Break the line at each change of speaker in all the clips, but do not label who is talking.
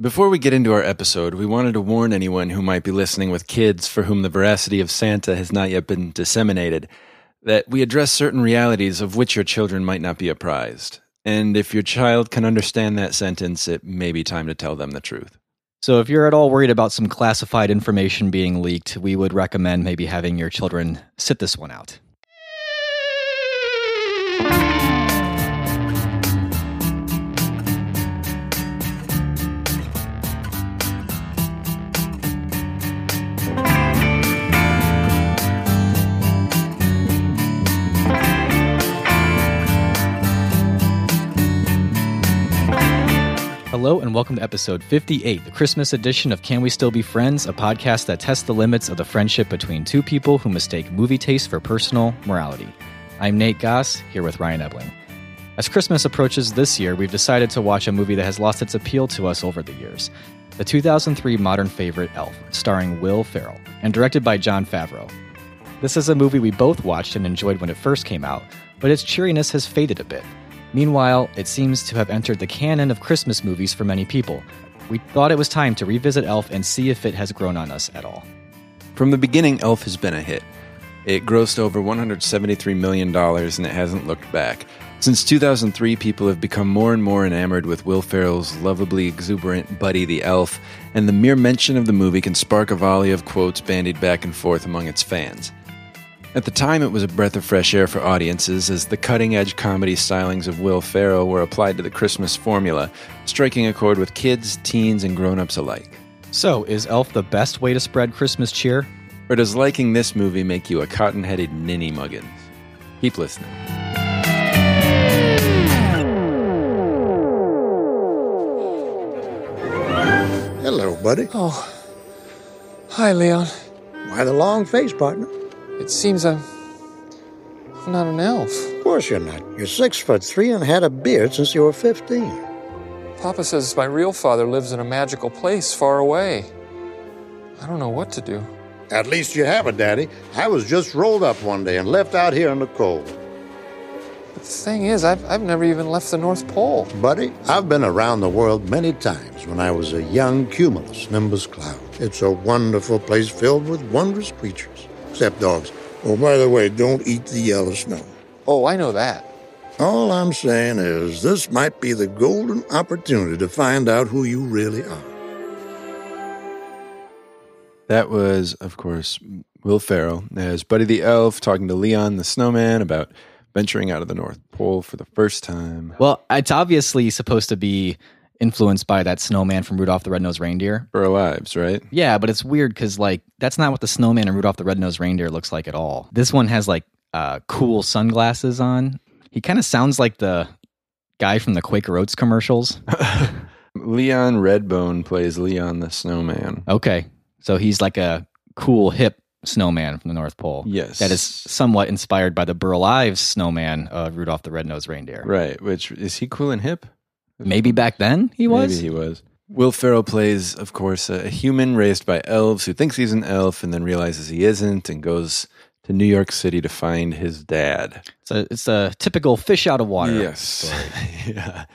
Before we get into our episode, we wanted to warn anyone who might be listening with kids for whom the veracity of Santa has not yet been disseminated that we address certain realities of which your children might not be apprised. And if your child can understand that sentence, it may be time to tell them the truth.
So, if you're at all worried about some classified information being leaked, we would recommend maybe having your children sit this one out. Hello and welcome to episode 58, the Christmas edition of Can We Still Be Friends, a podcast that tests the limits of the friendship between two people who mistake movie taste for personal morality. I'm Nate Goss, here with Ryan Ebling. As Christmas approaches this year, we've decided to watch a movie that has lost its appeal to us over the years. The 2003 modern favorite Elf, starring Will Ferrell and directed by John Favreau. This is a movie we both watched and enjoyed when it first came out, but its cheeriness has faded a bit. Meanwhile, it seems to have entered the canon of Christmas movies for many people. We thought it was time to revisit Elf and see if it has grown on us at all.
From the beginning, Elf has been a hit. It grossed over $173 million and it hasn't looked back. Since 2003, people have become more and more enamored with Will Ferrell's lovably exuberant Buddy the Elf, and the mere mention of the movie can spark a volley of quotes bandied back and forth among its fans. At the time, it was a breath of fresh air for audiences as the cutting edge comedy stylings of Will Ferrell were applied to the Christmas formula, striking a chord with kids, teens, and grown ups alike.
So, is Elf the best way to spread Christmas cheer?
Or does liking this movie make you a cotton headed ninny muggins? Keep listening.
Hello, buddy.
Oh. Hi, Leon.
Why the long face, partner?
It seems I'm I'm not an elf.
Of course you're not. You're six foot three and had a beard since you were 15.
Papa says my real father lives in a magical place far away. I don't know what to do.
At least you have it, Daddy. I was just rolled up one day and left out here in the cold.
But the thing is, I've, I've never even left the North Pole.
Buddy, I've been around the world many times when I was a young cumulus nimbus cloud. It's a wonderful place filled with wondrous creatures, except dogs. Oh, by the way, don't eat the yellow snow.
Oh, I know that.
All I'm saying is this might be the golden opportunity to find out who you really are.
That was, of course, Will Ferrell as Buddy the Elf talking to Leon the Snowman about venturing out of the North Pole for the first time.
Well, it's obviously supposed to be influenced by that snowman from Rudolph the Red-Nosed Reindeer.
For our lives, right?
Yeah, but it's weird because, like, that's not what the snowman in Rudolph the Red-Nosed Reindeer looks like at all. This one has, like, uh, cool sunglasses on. He kind of sounds like the guy from the Quaker Oats commercials.
Leon Redbone plays Leon the Snowman.
Okay. So he's like a cool, hip snowman from the North Pole.
Yes.
That is somewhat inspired by the Burl Ives snowman of Rudolph the Red-Nosed Reindeer.
Right, which is he cool and hip?
Maybe back then he was.
Maybe he was. Will Ferrell plays, of course, a human raised by elves who thinks he's an elf and then realizes he isn't and goes to New York City to find his dad.
It's, a, it's a typical fish out of water.
Yes. yeah.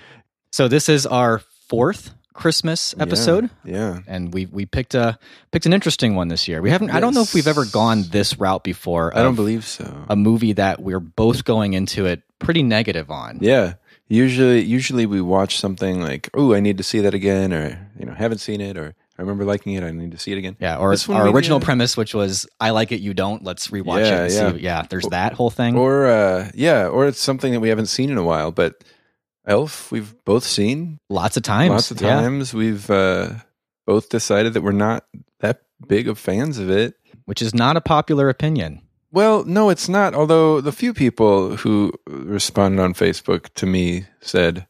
So this is our fourth Christmas episode.
Yeah.
And we we picked a picked an interesting one this year. We haven't. I don't know if we've ever gone this route before.
I don't
of
believe so.
a movie that we're both going into it pretty negative on.
yeah. Usually usually we watch something like, "Oh, I need to see that again," or, you know, haven't seen it or I remember liking it, I need to see it again.
Yeah, or
This one
our
we
original
did.
premise, which was "I like it, you don't." Let's rewatch
Yeah,
it.
yeah.
And see, yeah. There's that whole thing.
Or uh yeah, or it's something that we haven't seen in a while, but Elf we've both seen
lots of times.
Lots of
yeah.
times we've uh, both decided that we're not that big of fans of it.
which is not a popular opinion.
Well, no, it's not. Although the few people who responded on Facebook to me said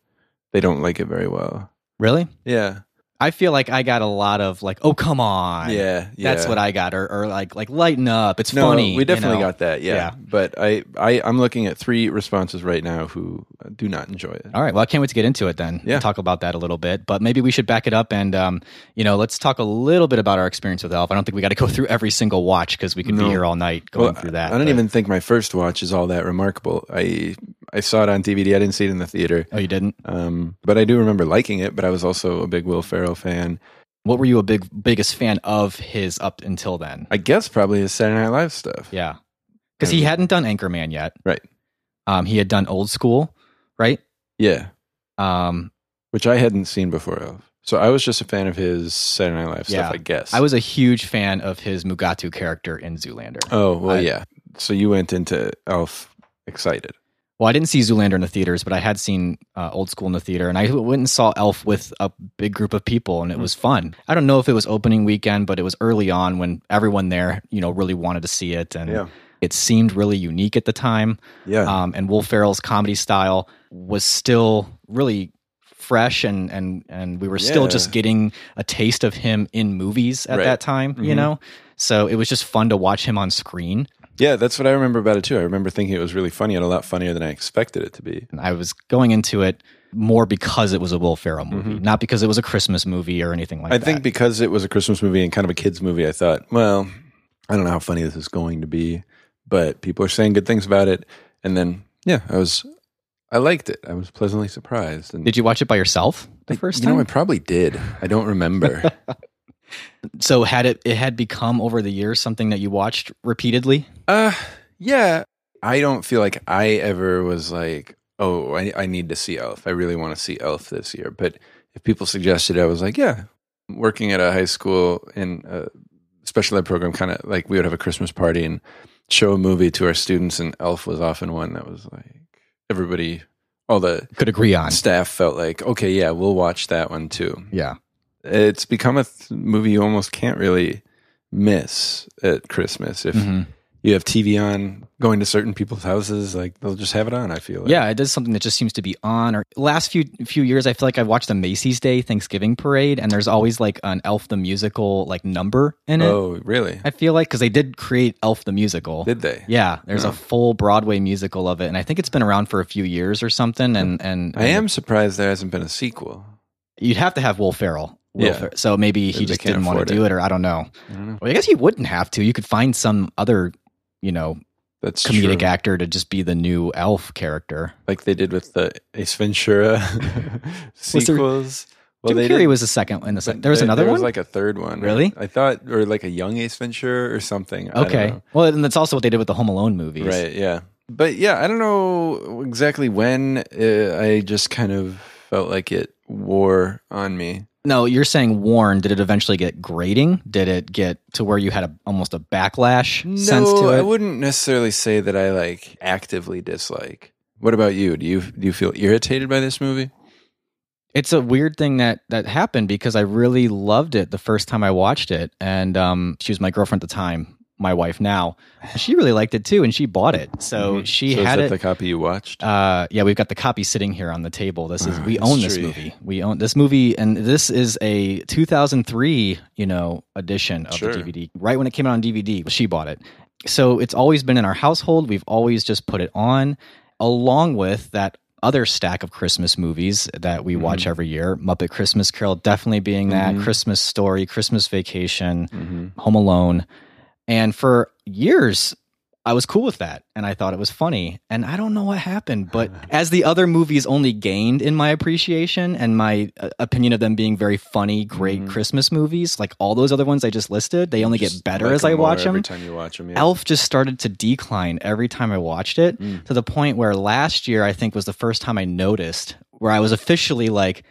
they don't like it very well.
Really,
Yeah,
I feel like I got a lot of like, "Oh, come on."
yeah, yeah.
That's what I got, or, or like, like lighten up. It's
No,
funny.
we definitely
you know?
got that. Yeah.
Yeah.
but I, I, I'm looking at three responses right now who do not enjoy it.
All right. Well, I can't wait to get into it then.
Yeah.
Talk about that a little bit, but maybe we should back it up and, um, you know, let's talk a little bit about our experience with Elf. I don't think we got to go through every single watch because we could
No.
be here all night
Well,
going through that.
I don't
but-
even think my first watch is all that remarkable. I I saw it on DVD. I didn't see it in the theater,
Oh, you didn't?
um, but I do remember liking it. But I was also a big Will Ferrell fan.
What were you a big biggest fan of his up until then?
I guess probably his Saturday Night Live stuff.
Yeah. Because he
Um,
hadn't done Anchorman yet.
Right.
Um, he had done Old School, right?
Yeah,
Um,
which I hadn't seen before of. So I was just a fan of his Saturday Night Live
Yeah.
stuff. I guess
I was a huge fan of his Mugatu character in Zoolander.
Oh well,
I-
yeah. So you went into Elf excited.
Well, I didn't see Zoolander in the theaters, but I had seen uh, Old School in the theater, and I went and saw Elf with a big group of people, and it was fun. I don't know if it was opening weekend, but it was early on when everyone there, you know, really wanted to see it, and
Yeah.
it seemed really unique at the time.
Yeah.
Um, and Will Ferrell's comedy style was still really fresh, and and and we were still
Yeah.
just getting a taste of him in movies at
Right.
that time, you
Mhm.
know. So it was just fun to watch him on screen.
yeah, that's what I remember about it too. I remember thinking it was really funny and a lot funnier than I expected it to be.
And I was going into it more because it was a Will Ferrell movie, not because it was a Christmas movie or anything like
Mm-hmm. I
that.
think because it was a Christmas movie and kind of a kids movie, I thought, well, I don't know how funny this is going to be, but people are saying good things about it. And then yeah, I was I liked it. I was pleasantly surprised. And
Did you watch it by yourself the first
you
time?
know, I probably did. I don't remember.
so had it it had become over the years something that you watched repeatedly?
Uh, yeah. I don't feel like I ever was like, oh, I, I need to see Elf. I really want to see Elf this year. But if people suggested, it, I was like, yeah. Working at a high school in a special ed program, kind of like we would have a Christmas party and show a movie to our students, and Elf was often one that was like everybody, all the
Could agree on.
staff felt like, okay, yeah, we'll watch that one too.
Yeah.
It's become a th- movie you almost can't really miss at Christmas if
Mhm.
you have TV on, going to certain people's houses, like they'll just have it on. I feel like.
Yeah, it does something that just seems to be on. Or last few few years, I feel like I watched the Macy's Day Thanksgiving Parade, and there's always like an Elf the Musical like number in it.
Oh, really?
I feel like because they did create Elf the Musical.
Did they?
Yeah, there's a full Broadway musical of it, and I think it's been around for a few years or something. And and
I am surprised there hasn't been a sequel.
You'd have to have Will Ferrell. Will
Yeah.
Fer- so maybe he
They
just
can't
didn't want to
afford
do it. or I don't know.
I don't know.
Well, I guess he wouldn't have to. You could find some other, you know,
That's
comedic
true.
actor to just be the new elf character.
like they did with the Ace Ventura sequels.
Well, Jim
they
Carrey
did-
was the second one. The second, there was
there-
another
there
one.
Was like a third one.
Really?
I thought, or like a young Ace Ventura or something. I don't
okay,
know.
well, and that's also what they did with the Home Alone movies.
Right. Yeah. But yeah, I don't know exactly when. Uh, I just kind of felt like it wore on me.
No, you're saying Warren. Did it eventually get grating? Did it get to where you had a, almost a backlash sense to
I
it?
wouldn't necessarily say that I like actively dislike. What about you? Do you do you feel irritated by this movie?
it's a weird thing that that happened because I really loved it the first time I watched it, and um, she was my girlfriend at the time, my wife now. She really liked it too, and she bought it. So
Mhm.
she
so is
had
that
it.
the copy you watched?
uh, yeah, we've got the copy sitting here on the table. This is
Ah,
we own this
history.
movie. We own this movie, and this is a 2003, you know, edition of
Sure.
the DVD. Right when it came out on DVD, she bought it. So it's always been in our household. We've always just put it on, along with that other stack of Christmas movies that we watch
Mm-hmm.
every year. Muppet Christmas Carol definitely being that.
Mhm.
Christmas Story, Christmas Vacation.
hmm
Home Alone. And for years, I was cool with that and I thought it was funny. And I don't know what happened, but as the other movies only gained in my appreciation and my uh, opinion of them being very funny, great Christmas movies, like all those other ones I just listed, they only get better as I watch them.
Every time you watch them, yeah.
Elf just started to decline every time I watched it
Mm.
to the point where last year I think was the first time I noticed where I was officially like,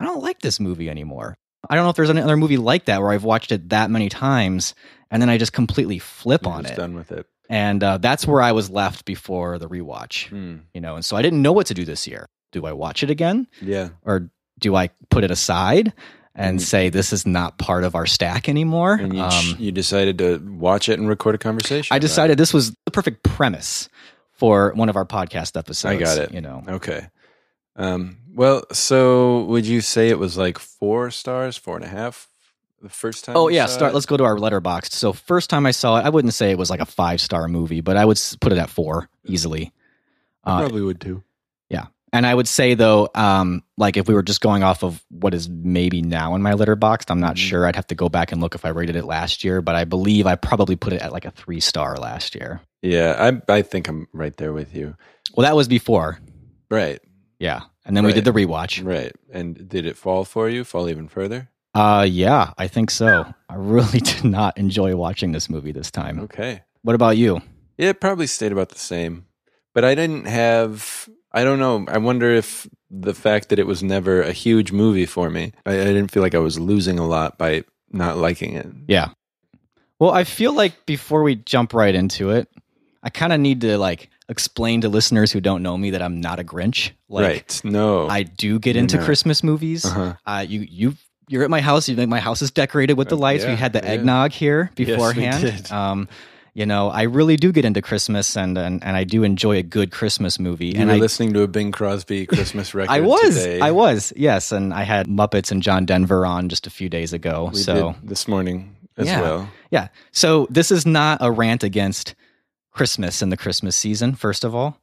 I don't like this movie anymore. I don't know if there's any other movie like that where I've watched it that many times and then I just completely flip
You're
on
just
it.
done with it.
And uh, that's where I was left before the rewatch,
Mm.
you know. And so I didn't know what to do this year. Do I watch it again
Yeah,
or do I put it aside and
Mm.
say this is not part of our stack anymore? Um,
and you, you decided to watch it and record a conversation.
I
about it.
decided this was the perfect premise for one of our podcast episodes.
I got it.
You know,
Okay. Um, well, so would you say it was like four stars, four and a half, the first time?
Oh
you
yeah,
saw
start.
it?
Let's go to our letterbox. So first time I saw it, I wouldn't say it was like a five star movie, but I would s- put it at four easily.
I
Uh,
probably would too.
and I would say though, um, like if we were just going off of what is maybe now in my letterbox, I'm not
Mhm.
sure. I'd have to go back and look if I rated it last year, but I believe I probably put it at like a three star last year.
Yeah, I I think I'm right there with you.
Well, that was before.
Right.
Yeah. And then we did the
Right.
rewatch.
Right. And did it fall for you? Fall even further?
Uh yeah, I think so. I really did not enjoy watching this movie this time.
Okay.
What about you?
It probably stayed about the same. But I didn't have, I don't know. I wonder if the fact that it was never a huge movie for me, I, I didn't feel like I was losing a lot by not liking it.
Yeah. Well, I feel like before we jump right into it, I kind of need to like explain to listeners who don't know me that I'm not a Grinch. Like
right. No.
I do get into
not.
Christmas movies.
Uh-huh.
Uh, you you you're at my house. You think my house is decorated with the
Uh,
lights.
yeah,
we had the
yeah.
eggnog here
we
beforehand.
did.
Um, you know, I really do get into Christmas, and and, and I do enjoy a good Christmas movie.
You
and
were
I
listening to a Bing Crosby Christmas record.
I was
today.
I was yes, and I had Muppets and John Denver on just a few days ago.
We
so
did this morning as
Yeah.
well.
yeah. So this is not a rant against Christmas and the Christmas season, first of all.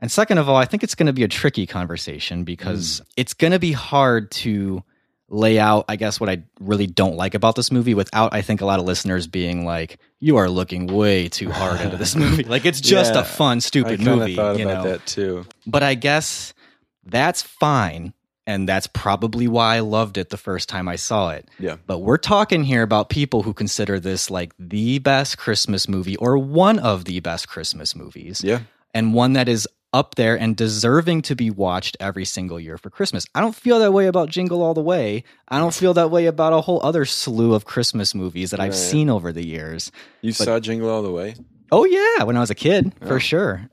And second of all, I think it's going to be a tricky conversation because
Mm.
it's going to be hard to lay out, I guess, what I really don't like about this movie without, I think, a lot of listeners being like, you are looking way too hard into this movie. Like, it's just
Yeah.
a fun,
I
stupid
kind of
movie.
thought
you
about
know?
that too.
But I guess that's fine. And that's probably why I loved it the first time I saw it.
Yeah.
But we're talking here about people who consider this like the best Christmas movie or one of the best Christmas movies
Yeah.
and one that is up there and deserving to be watched every single year for Christmas. I don't feel that way about Jingle All the Way. I don't feel that way about a whole other slew of Christmas movies that I've
Right.
seen over the years.
You saw Jingle All the Way?
Oh yeah, when I was a kid, for sure.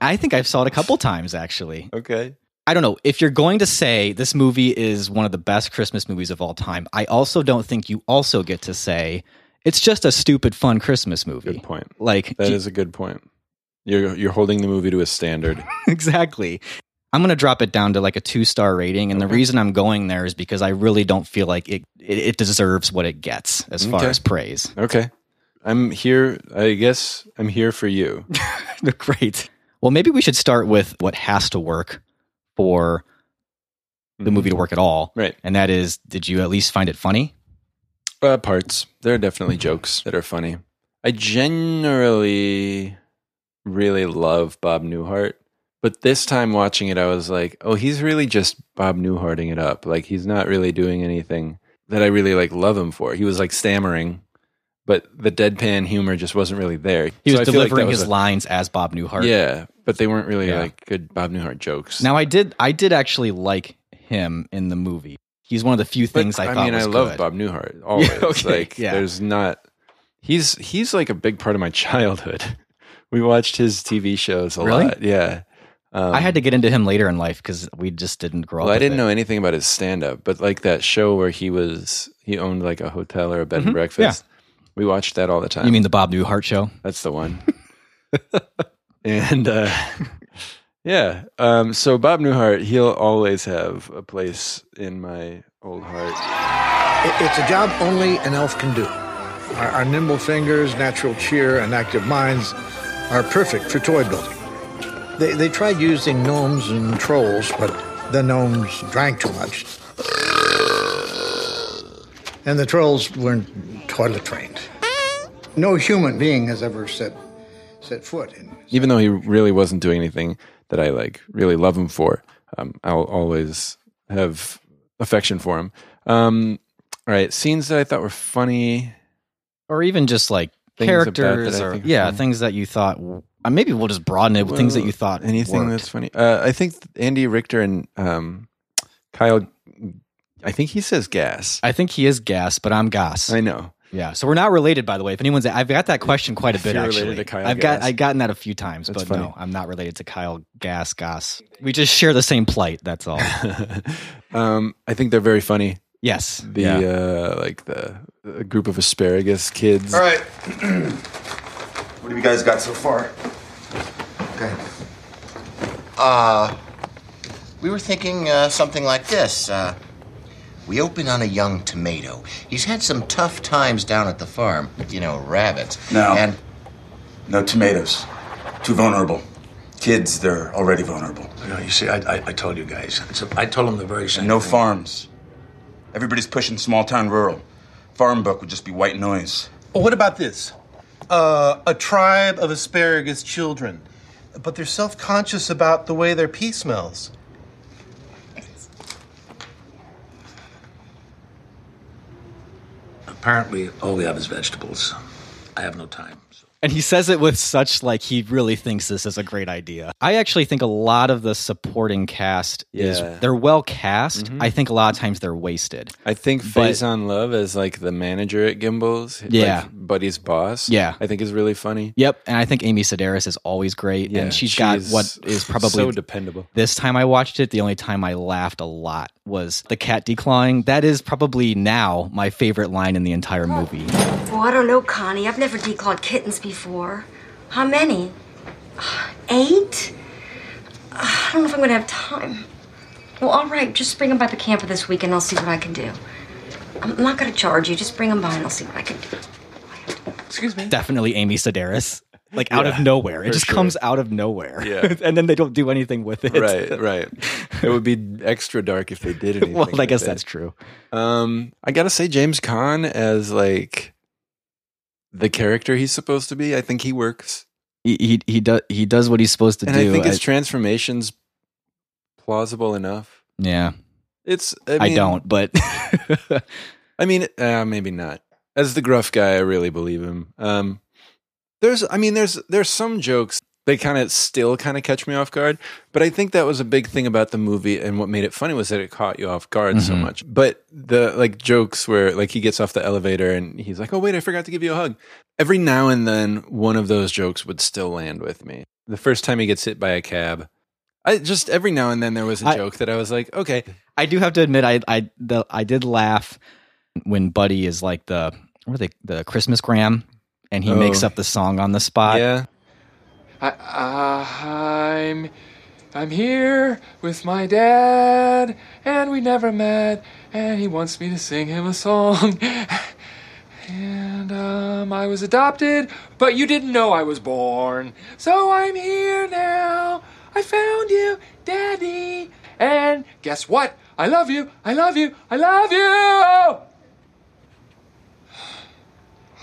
I think I've saw it a couple times actually.
okay.
I don't know. If you're going to say this movie is one of the best Christmas movies of all time, I also don't think you also get to say it's just a stupid fun Christmas movie.
Good point.
Like
That is a good point. You're you're holding the movie to a standard.
exactly. I'm going to drop it down to like a 2-star rating and the
Okay.
reason I'm going there is because I really don't feel like it it, it deserves what it gets as far
Okay.
as praise.
Okay. I'm here I guess I'm here for you.
Great. Well, maybe we should start with what has to work for the movie to
Mm-hmm.
work at all.
Right.
And that is did you at least find it funny?
Uh, parts. There are
Mm-hmm.
definitely jokes that are funny. I generally really love Bob Newhart, but this time watching it I was like, "Oh, he's really just Bob Newharting it up. Like he's not really doing anything that I really like love him for." He was like stammering, but the deadpan humor just wasn't really there.
He
So
was
I feel like that
delivering
was
his
a-
lines as Bob Newhart.
Yeah, but they weren't really
Yeah.
like good Bob Newhart jokes.
Now I did I did actually like him in the movie. He's one of the few
But,
things I, thought
mean,
was
I love
good.
Bob Newhart always.
okay,
Like,
yeah.
there's not. He's he's like a big part of my childhood. We watched his TV shows a
Really?
lot. Yeah, um,
I had to get into him later in life because we just didn't grow
Well,
up.
I didn't
with
know anything about his stand up, but like that show where he was he owned like a hotel or a bed and breakfast. We watched that all the
it.
time.
Mm-hmm. You mean the Bob Newhart show?
That's the one. and uh, yeah, um, so Bob Newhart, he'll always have a place in my old heart.
It- It's a job only an elf can do. Our, our nimble fingers, natural cheer, and active minds are perfect for toy building. They, they tried using gnomes and trolls, but the gnomes drank too much. And the trolls weren't toilet trained. No human being has ever set, set foot in.
Even though he really wasn't doing anything that I like really love him for, um, I'll always have affection for him. Um, all right, scenes that I thought were funny.
Or even just like
Things about that I
characters or
think Mm-hmm. are
yeah,
funny.
things that you thought uh, maybe we'll just broaden it with things that you thought
anything
worked.
that's funny. Uh, I think Andy Richter and um, Kyle. I think he says gas.
I think he is gas, but I'm gas.
I know.
yeah, so we're not related, by the way. If anyone's, I've got that question quite a
If
bit
you're
actually.
related to Kyle
I've got
Gass.
I've gotten that a few times,
That's
but
funny.
no, I'm not related to Kyle Gas Gas. We just share the same plight. That's all.
Um, I think they're very funny.
yes.
the
Yeah.
uh, like the, the group of asparagus kids.
All right. what have you guys got so far?
Okay.
We were thinking uh, something like this. Uh, we open on a young tomato. He's had some tough times down at the farm. You know, rabbits.
No.
And
No tomatoes. Too vulnerable. Kids, they're already vulnerable.
You, know, you see, I, I, I told you guys. It's a, I told them the very same.
No
thing.
farms. Everybody's pushing small town rural. Farm book would just be white noise.
Well, what about this? Uh, a tribe of asparagus children. but they're self conscious about the way their pee smells.
Apparently, all we have is vegetables. I have no time.
And he says it with such like he really thinks this is a great idea. I actually think a lot of the supporting cast
Yeah.
is they're well cast.
Mhm.
I think a lot of times they're wasted.
I think
But-
Phase on Love as like the manager at Gimbals,
Yeah.
like Buddy's boss,
Yeah.
I think is really funny.
Yep, and I think Amy Sedaris is always great,
Yeah,
and she's got
she's
what is probably
so dependable.
This time I watched it, the only time I laughed a lot was the cat declawing. That is probably now my favorite line in the entire movie.
Oh, I don't know, Connie. I've never declawed kittens before. How many? Eight? I don't know if I'm gonna have time. Well, all right, just bring them by the camper this week and I'll see what I can do. I'm not gonna charge you. Just bring them by and I'll see what I can do.
Excuse me.
Definitely Amy Sedaris. Like out of nowhere. It
for
just
sure.
comes out of nowhere.
Yeah.
and then they don't do anything with it.
right, right. It would be extra dark if they did anything.
well, I
with
guess
it.
that's true.
Um, I gotta say, James Caan as like the character he's supposed to be. I think he works,
He he, he does he does what he's supposed to
and
do.
I think his transformation's plausible enough.
yeah,
It's. I,
I,
mean,
don't, but
I mean, uh, maybe not. As the gruff guy, I really believe him. Um, there's, I mean, there's there's some jokes they kind of still kind of catch me off guard, but I think that was a big thing about the movie and what made it funny was that it caught you off guard so
Mhm.
much. But the like jokes where like he gets off the elevator and he's like, "Oh wait, I forgot to give you a hug." Every now and then, one of those jokes would still land with me. The first time he gets hit by a cab, I just every now and then there was a
I-
joke that I was like, "Okay,
I do have to admit, I I the, I did laugh when Buddy is like the what are they the Christmas gram, and he
Oh.
makes up the song on the spot.
yeah,
I, uh, I'm, I'm here with my dad, and we never met, and he wants me to sing him a song. and um, I was adopted, but you didn't know I was born. So I'm here now. I found you, Daddy. And guess what? I love you. I love you. I love you.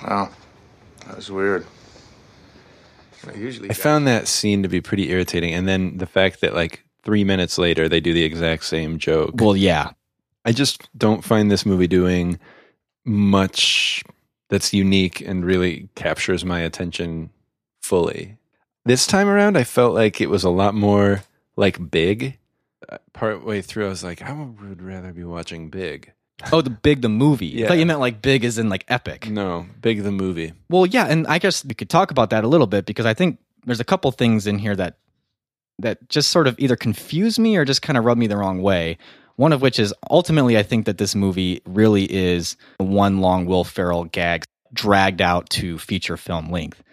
Wow. That was weird. I usually
I found that scene to be pretty irritating, and then the fact that like three minutes later they do the exact same joke.
Well, yeah,
I just don't find this movie doing much that's unique and really captures my attention fully. This time around, I felt like it was a lot more like Big. Uh, Partway through, I was like, I would rather be watching Big.
Oh, the big the movie. I thought
Yeah.
you meant like big as in like epic.
No, Big the movie.
Well, yeah, and I guess we could talk about that a little bit because I think there's a couple things in here that that just sort of either confuse me or just kind of rub me the wrong way. One of which is ultimately I think that this movie really is one long Will Ferrell gag dragged out to feature film length.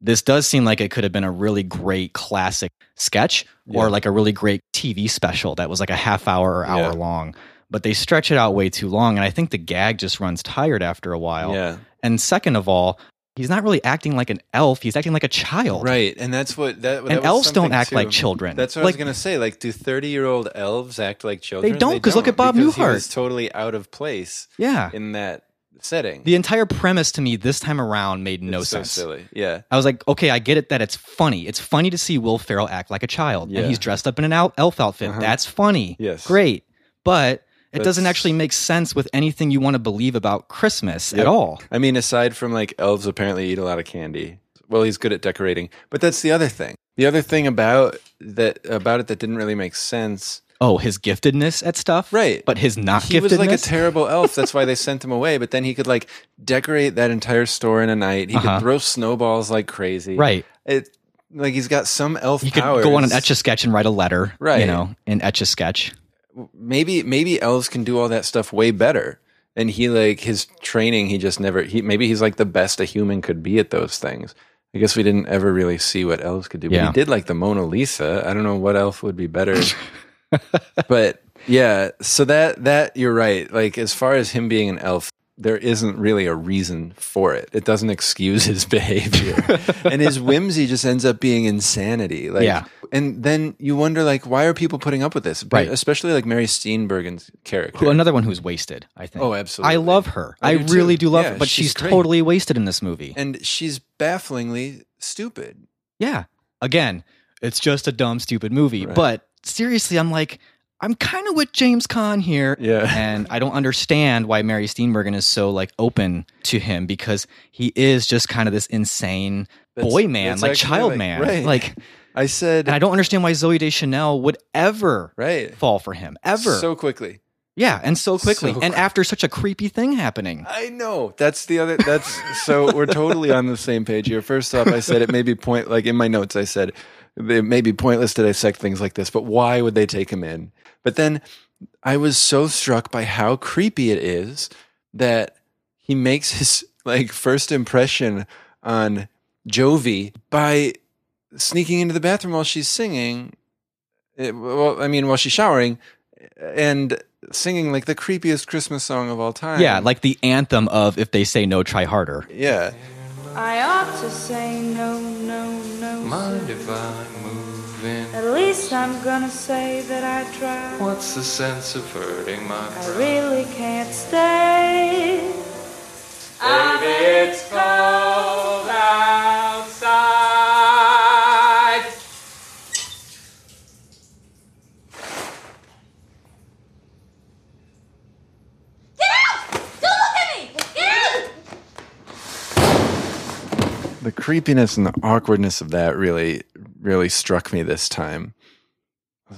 This does seem like it could have been a really great classic sketch or
Yeah.
like a really great TV special that was like a half hour or hour
Yeah.
long, but they stretch it out way too long and I think the gag just runs tired after a while.
Yeah.
And second of all, he's not really acting like an elf. He's acting like a child.
Right. And that's what that, that
And
was
elves don't
something,
act like
too.
children.
That's what I was
Like-
gonna say. Like, do thirty-year-old elves act like children?
don't, 'cause look at Bob
because He
Newhart.
was totally out of place
Yeah.
in that setting.
The entire premise to me this time around made no
It's so
sense.
silly. Yeah,
I was like, okay, I get it that it's funny. It's funny to see Will Ferrell act like a child.
Yeah.
And he's dressed up in an el- elf outfit.
Uh-huh.
That's funny.
Yes.
Great. But it doesn't
That's-
actually make sense with anything you want to believe about Christmas at
Yep.
all.
I mean, aside from like elves apparently eat a lot of candy. Well, he's good at decorating, but that's the other thing. The other thing about that about it that didn't really make sense.
Oh, his giftedness at stuff?
Right.
But his not
He
giftedness?
was like a terrible elf. That's why they sent him away. But then he could like decorate that entire store in a night. He
Uh-huh.
could throw snowballs like crazy.
right.
It like he's got some elf
He could
powers.
go on an etch a sketch and write a letter. You
Right.
know, in etch a sketch.
maybe maybe elves can do all that stuff way better and he like his training he just never he maybe he's like the best a human could be at those things i guess we didn't ever really see what elves could do but
Yeah.
he did like the mona lisa i don't know what elf would be better but yeah so that that you're right like as far as him being an elf there isn't really a reason for it it doesn't excuse his behavior and his whimsy just ends up being insanity like
Yeah.
and then you wonder like why are people putting up with this but
Right.
especially like mary steenburgen's character
Who, another one who's wasted, I think.
Oh, absolutely.
I love her. I,
I do
really
too.
do love
Yeah,
her, but she's,
she's great.
totally wasted in this movie.
and she's bafflingly stupid
yeah. Again, it's just a dumb, stupid movie. But seriously, I'm like, I'm kind of with James Caan here. Yeah. And I don't understand why Mary Steenburgen is so like open to him because he is just kind of this insane
That's-
boy man,
that's
like
actually
child
right,
man.
right.
Like
I said
and I don't understand why Zoe Deschanel would ever
right
fall for him. Ever.
so quickly.
yeah, and so quickly.
So
and
quick.
after such a creepy thing happening.
I know. That's the other. That's so we're totally on the same page here. First off, I said it may be point like in my notes. I said it may be pointless to dissect things like this, but why would they take him in? But then I was so struck by how creepy it is that he makes his like first impression on Jovi by sneaking into the bathroom while she's singing. eh, well, I mean, while she's showering and singing like the creepiest Christmas song of all time.
Yeah, like the anthem of if they say no, try harder.
Yeah.
I ought to say no, no, no.
Mind if I move
At
in?
least I'm gonna say that I tried.
What's the sense of hurting my
I
pride?
really can't stay.
Baby, it's cold outside.
Get out! Don't look at me! Get out!
The creepiness and the awkwardness of that really, really struck me this time.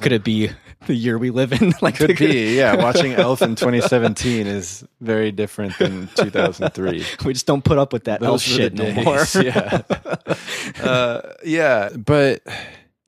Could it be the year we live in? like
Could be, yeah. Watching Elf in 2017 is very different than 2003.
We just don't put up with that elf
Those were the
shit no more.
days, yeah. Uh, yeah, but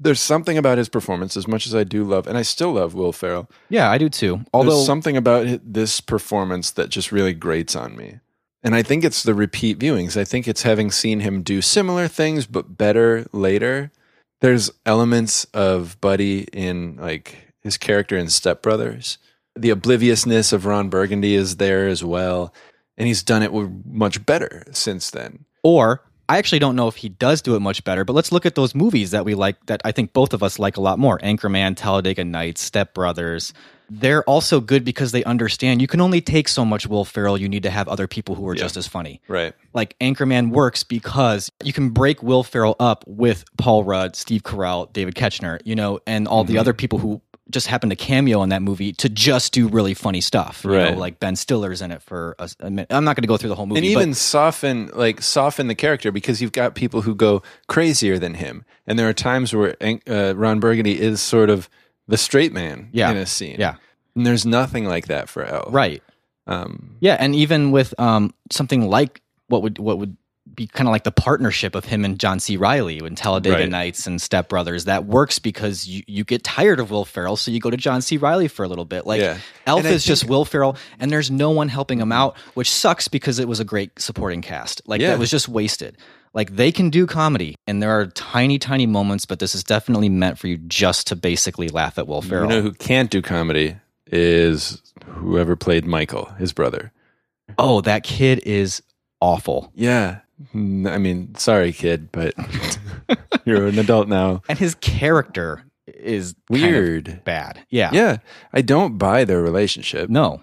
there's something about his performance, as much as I do love, and I still love Will Ferrell.
Yeah, I do too. Although
there's something about hi- this performance that just really grates on me. And I think it's the repeat viewings. I think it's having seen him do similar things but better later. There's elements of Buddy in like his character in Step Brothers. The obliviousness of Ron Burgundy is there as well, and he's done it w- much better since then.
or I actually don't know if he does do it much better, but let's look at those movies that we like that I think both of us like a lot more. Anchorman, Talladega Nights, Step Brothers. They're also good because they understand you can only take so much Will Ferrell. You need to have other people who are just as funny.
Right.
Like Anchorman works because you can break Will Ferrell up with Paul Rudd, Steve Carell, David Ketchner, you know, and all the
Mhm.
other people who just happened to cameo in that movie to just do really funny stuff. you know,
Right.
like Ben Stiller's in it for a, a minute. I'm not going to go through the whole movie.
and
but-
even soften like soften the character because you've got people who go crazier than him and there are times where uh, ron burgundy is sort of the straight man
Yeah.
in a scene
Yeah.
and there's nothing like that for l
right
um,
Yeah, and even with um, something like what would what would be kind of like the partnership of him and John C. Riley in Talladega
Right.
Nights and Step Brothers, that works because you, you get tired of Will Ferrell, so you go to John C. Riley for a little bit. Like
Yeah.
Elf
And I
is just Will Ferrell, and there's no one helping him out, which sucks because it was a great supporting cast. Like
Yeah.
that was just wasted. Like they can do comedy, and there are tiny, tiny moments, but this is definitely meant for you just to basically laugh at Will Ferrell.
you know who can't do comedy is whoever played michael his brother
oh, that kid is awful.
yeah N- i mean sorry kid but you're an adult now
and his character is kind of
weird
bad. Yeah.
yeah i don't buy their relationship
No.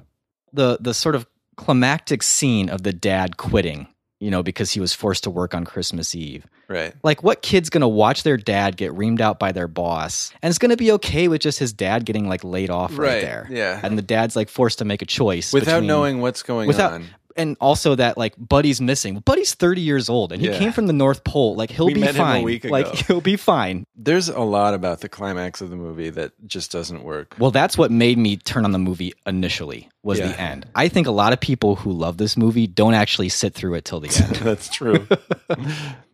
The the sort of climactic scene of the dad quitting, you know, because he was forced to work on Christmas Eve.
right
Like what kid's going to watch their dad get reamed out by their boss and it's going to be okay with just his dad getting like laid off right,
Right,
there.
yeah.
And the dad's like forced to make a choice
without
between-
knowing what's going
without
on
and also that like Buddy's missing. Buddy's 30 years old and he
Yeah.
came from the North Pole. Like he'll
We
be
met him a
fine.
week
Like
ago.
he'll be fine.
there's a lot about the climax of the movie that just doesn't work
Well, that's what made me turn on the movie initially was
Yeah.
the end. I think a lot of people who love this movie don't actually sit through it till the end.
That's true.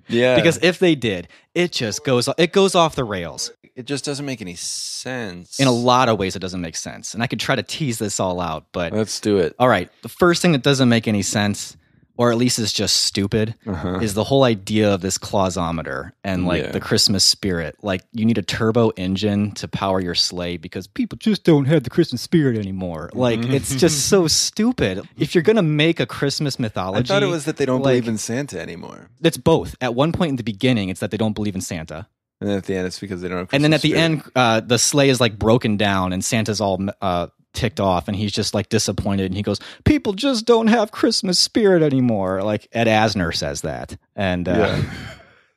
yeah.
Because if they did, it just goes it goes off the rails.
it just doesn't make any sense.
In a lot of ways it doesn't make sense. And I could try to tease this all out, but
Let's do it.
all right, the first thing that doesn't make any sense or at least is just stupid
Uh-huh.
is the whole idea of this clausometer and like
Yeah.
the Christmas spirit. Like you need a turbo engine to power your sleigh because people just don't have the Christmas spirit anymore. Like
Mm-hmm.
it's just so stupid. If you're gonna make a Christmas
I
mythology,
thought it was that they don't
like,
believe in Santa anymore.
It's both. At one point in the beginning, it's that they don't believe in Santa,
And then at the end, it's because they don't have
and then at
Christmas
the end, uh, the sleigh is like broken down, and Santa's all uh, ticked off, and he's just like disappointed, and he goes, "People just don't have Christmas spirit anymore." Like Ed Asner says that, and uh,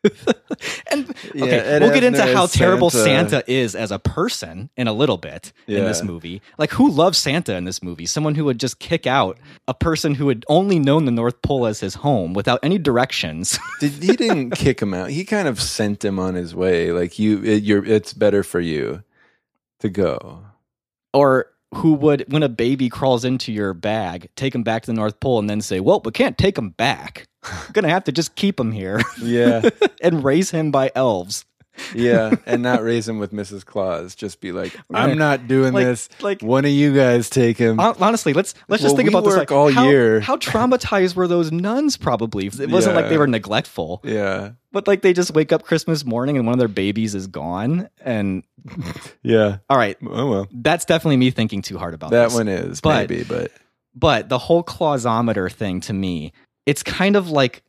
spirit.
and
Yeah,
okay,
and
we'll get
Hefner
into
as
how terrible
Santa.
Santa. is as a person in a little bit in this
Yeah.
movie. Like, who loves Santa in this movie? Someone who would just kick out a person who had only known the North Pole as his home without any directions.
Did, he didn't kick him out. He kind of sent him on his way. Like you, it, you're, it's better for you to go.
or who would, when a baby crawls into your bag, take him back to the North Pole and then say, Well, we can't take him back. We're going to have to just keep him here.
Yeah.
and raise him by elves.
Yeah, and not raise him with Mrs. Claus. Just be like,
gonna-
I'm not doing
like-
this.
like-
Like one of you guys take him.
Hon- Honestly, let's let's just
Well,
think
we
about this.
work
Like
all
how,
year.
how traumatized were those nuns? Probably it wasn't like
Yeah.
they were neglectful,
yeah,
but like they just wake up Christmas morning and one of their babies is gone. And
yeah.
all right,
Oh well,
that's definitely me thinking too hard about
that
this.
one is
but-
maybe, but
But the whole clausometer thing to me, it's kind of like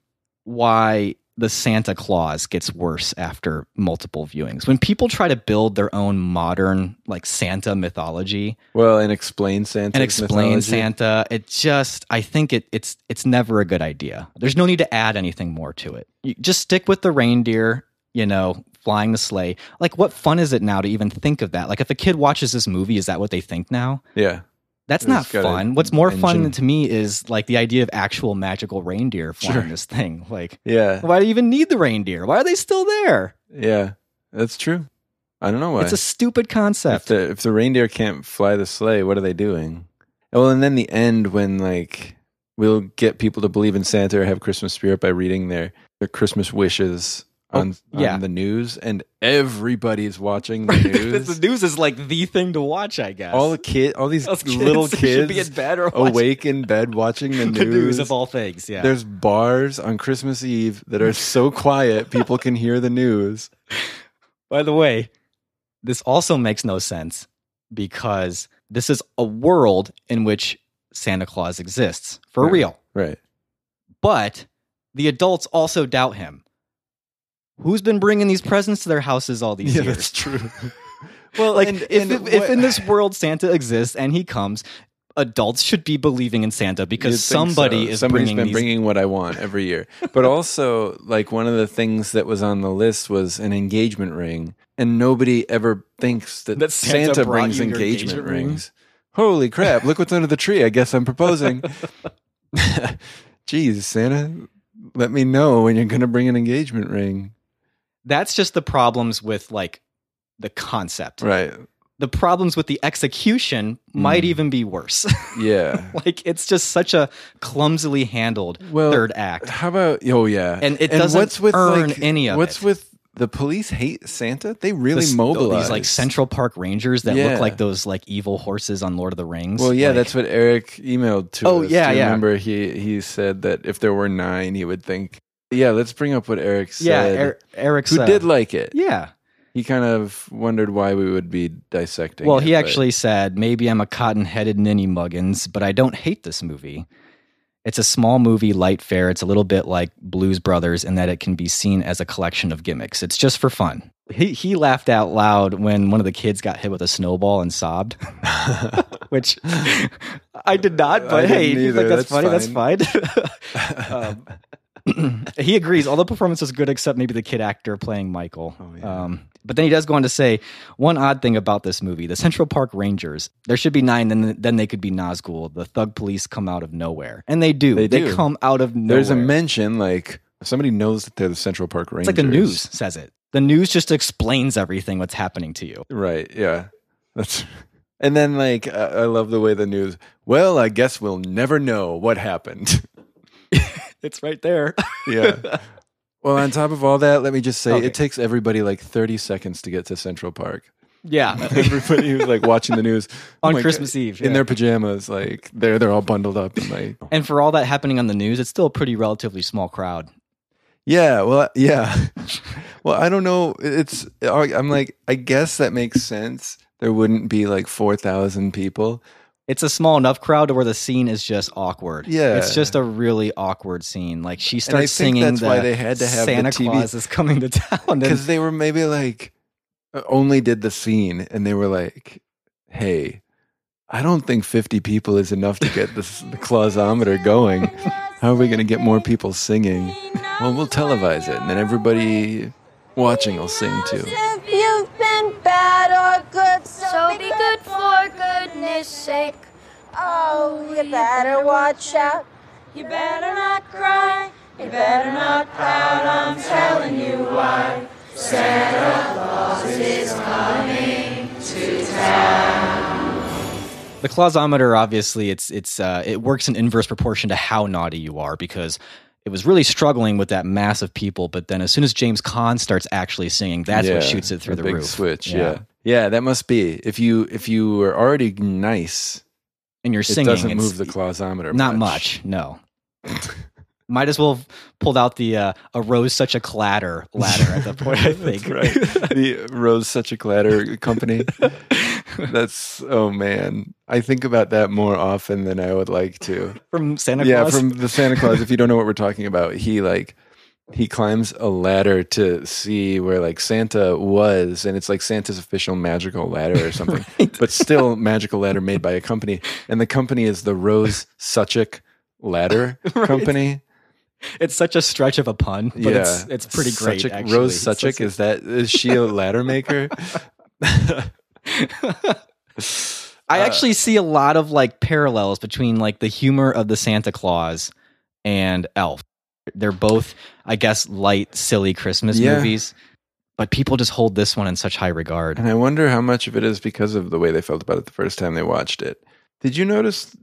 why the Santa Claus gets worse after multiple viewings. When people try to build their own modern like Santa mythology,
well, and explain Santa
and explain Santa. It just, I think it, it's it's never a good idea. There's no need to add anything more to it. You just stick with the reindeer, you know, flying the sleigh. Like, what fun is it now to even think of that? Like, if a kid watches this movie, is that what they think now?
Yeah,
That's
It's
not
got a
fun. What's more fun
engine.
to me is like the idea of actual magical reindeer flying this thing. Like,
yeah,
why do you even need the reindeer? Why are they still there?
yeah. That's true. I don't know why.
It's a stupid
if
concept.
the if the reindeer can't fly the sleigh, what are they doing? Well, and then the end when like we'll get people to believe in Santa or have Christmas spirit by reading their their Christmas wishes on,
Oh, yeah.
on the news, and everybody's watching the news.
the news is like the thing to watch, I guess.
all the kid, all these
Those kids
little
should
kids
be in bed or watching-
awake in bed watching the news.
the news of all things. Yeah,
There's bars on Christmas Eve that are so quiet people can hear the news.
By the way, this also makes no sense because this is a world in which Santa Claus exists for
Right.
real,
Right.
but the adults also doubt him. Who's been bringing these presents to their houses all these
Yeah,
years?
that's true.
well, like
and-
if,
and
if, if
what-
in this world Santa exists and he comes, adults should be believing in Santa because
You'd think
somebody
so.
is
Somebody's
bringing
been
these.
bringing what I want every year. But also, like one of the things that was on the list was an engagement ring, and nobody ever thinks that,
That Santa
Santa,
brought
brings
you your
engagement,
engagement ring?
rings. Holy crap! Look what's under the tree. I guess I'm proposing. Jeez, Santa, let me know when you're going to bring an engagement ring.
That's just the problems with like the concept.
Right?
The problems with the execution might
Mm.
even be worse.
Yeah.
like it's just such a clumsily handled
Well,
third act
How about? Oh yeah.
And it doesn't earn any of
What's
it.
with the police hate Santa? They really
This-
mobilize
these like central park rangers that
Yeah.
look like those like evil horses on lord of the rings
Well, yeah,
Like,
that's what Eric emailed to
Oh,
us.
yeah,
Do you
yeah.
Remember, he he said that if there were nine, he would think. Yeah, let's bring up what Eric said.
yeah er- eric's
who
uh,
did like it.
yeah
He kind of wondered why we would be dissecting.
well
it,
he
but-
actually said maybe i'm a cotton-headed ninny muggins but i don't hate this movie it's a small movie light fare it's a little bit like blues brothers in that it can be seen as a collection of gimmicks it's just for fun he, he laughed out loud when one of the kids got hit with a snowball and sobbed which I did not. But
I
hey,
didn't
if you think
either.
that's,
That's
funny. That's fine. um, he agrees. All the performance was good except maybe the kid actor playing Michael.
Oh,
um, but then he does go on to say one odd thing about this movie: the Central Park Rangers. There should be nine, then then they could be Nazgul. The thug police come out of nowhere, and they do.
They do.
come out of nowhere.
there's a mention like somebody knows that they're the Central Park
It's
Rangers.
like the news says it. The news just explains everything what's happening to you.
right? Yeah, that's. And then like I, I love the way the news. Well, I guess we'll never know what happened.
It's right there.
yeah. Well, on top of all that, let me just say
Okay.
it takes everybody like 30 seconds to get to Central Park.
Yeah.
Everybody who's like watching the news
On
my
Christmas Eve, yeah.
in their pajamas, like they're they're all bundled up and like
and for all that happening on the news, it's still a pretty relatively small crowd.
yeah, well, yeah. well, I don't know. It's I'm like I guess that makes sense. There wouldn't be like 4,000 people.
it's a small enough crowd to where the scene is just awkward.
Yeah.
it's just a really awkward scene. Like she starts
think
singing.
that's
the
why they had to have the
Santa
TV
Claus is coming to town. And
Because they were maybe like uh, only did the scene, and they were like, "Hey, I don't think fifty people is enough to get this, the clausometer going. How are we going to get more people singing? Well, we'll televise it, and then everybody watching will sing too.
If you've been bad or good, so, be good for goodness sake. Oh, you better watch out. You better not cry. You better not pout. I'm telling you why. Santa Claus is coming to town.
The clausometer, obviously, it's it's uh, it works in inverse proportion to how naughty you are because it was really struggling with that mass of people. But then, as soon as James Caan starts actually singing, that's
Yeah,
what shoots it through
the
the
big
roof.
switch, yeah. Yeah, that must be. If you if you were already nice
and you're singing,
it doesn't
it's-
move the clausometer.
not much. No. Might as well have pulled out the uh, arose such a clatter ladder at that point. I think
right. the Rose Such a Clatter company. That's oh man. I think about that more often than I would like to.
From Santa
yeah,
Claus?
from the Santa Claus. If you don't know what we're talking about, he like he climbs a ladder to see where like Santa was, and it's like Santa's official magical ladder or something. But still magical ladder made by a company. And the company is the Rose Suchik Ladder
Right.
Company.
it's such a stretch of a pun, but it's it's pretty great.
Suchik-
actually.
Rose
It's
Suchik
such a-
is that is she a ladder maker?
I
Uh,
actually see a lot of like parallels between like the humor of the Santa Claus and Elf. They're both, I guess, light, silly Christmas
Yeah.
movies, but people just hold this one in such high regard.
And I wonder how much of it is because of the way they felt about it the first time they watched it. Did you notice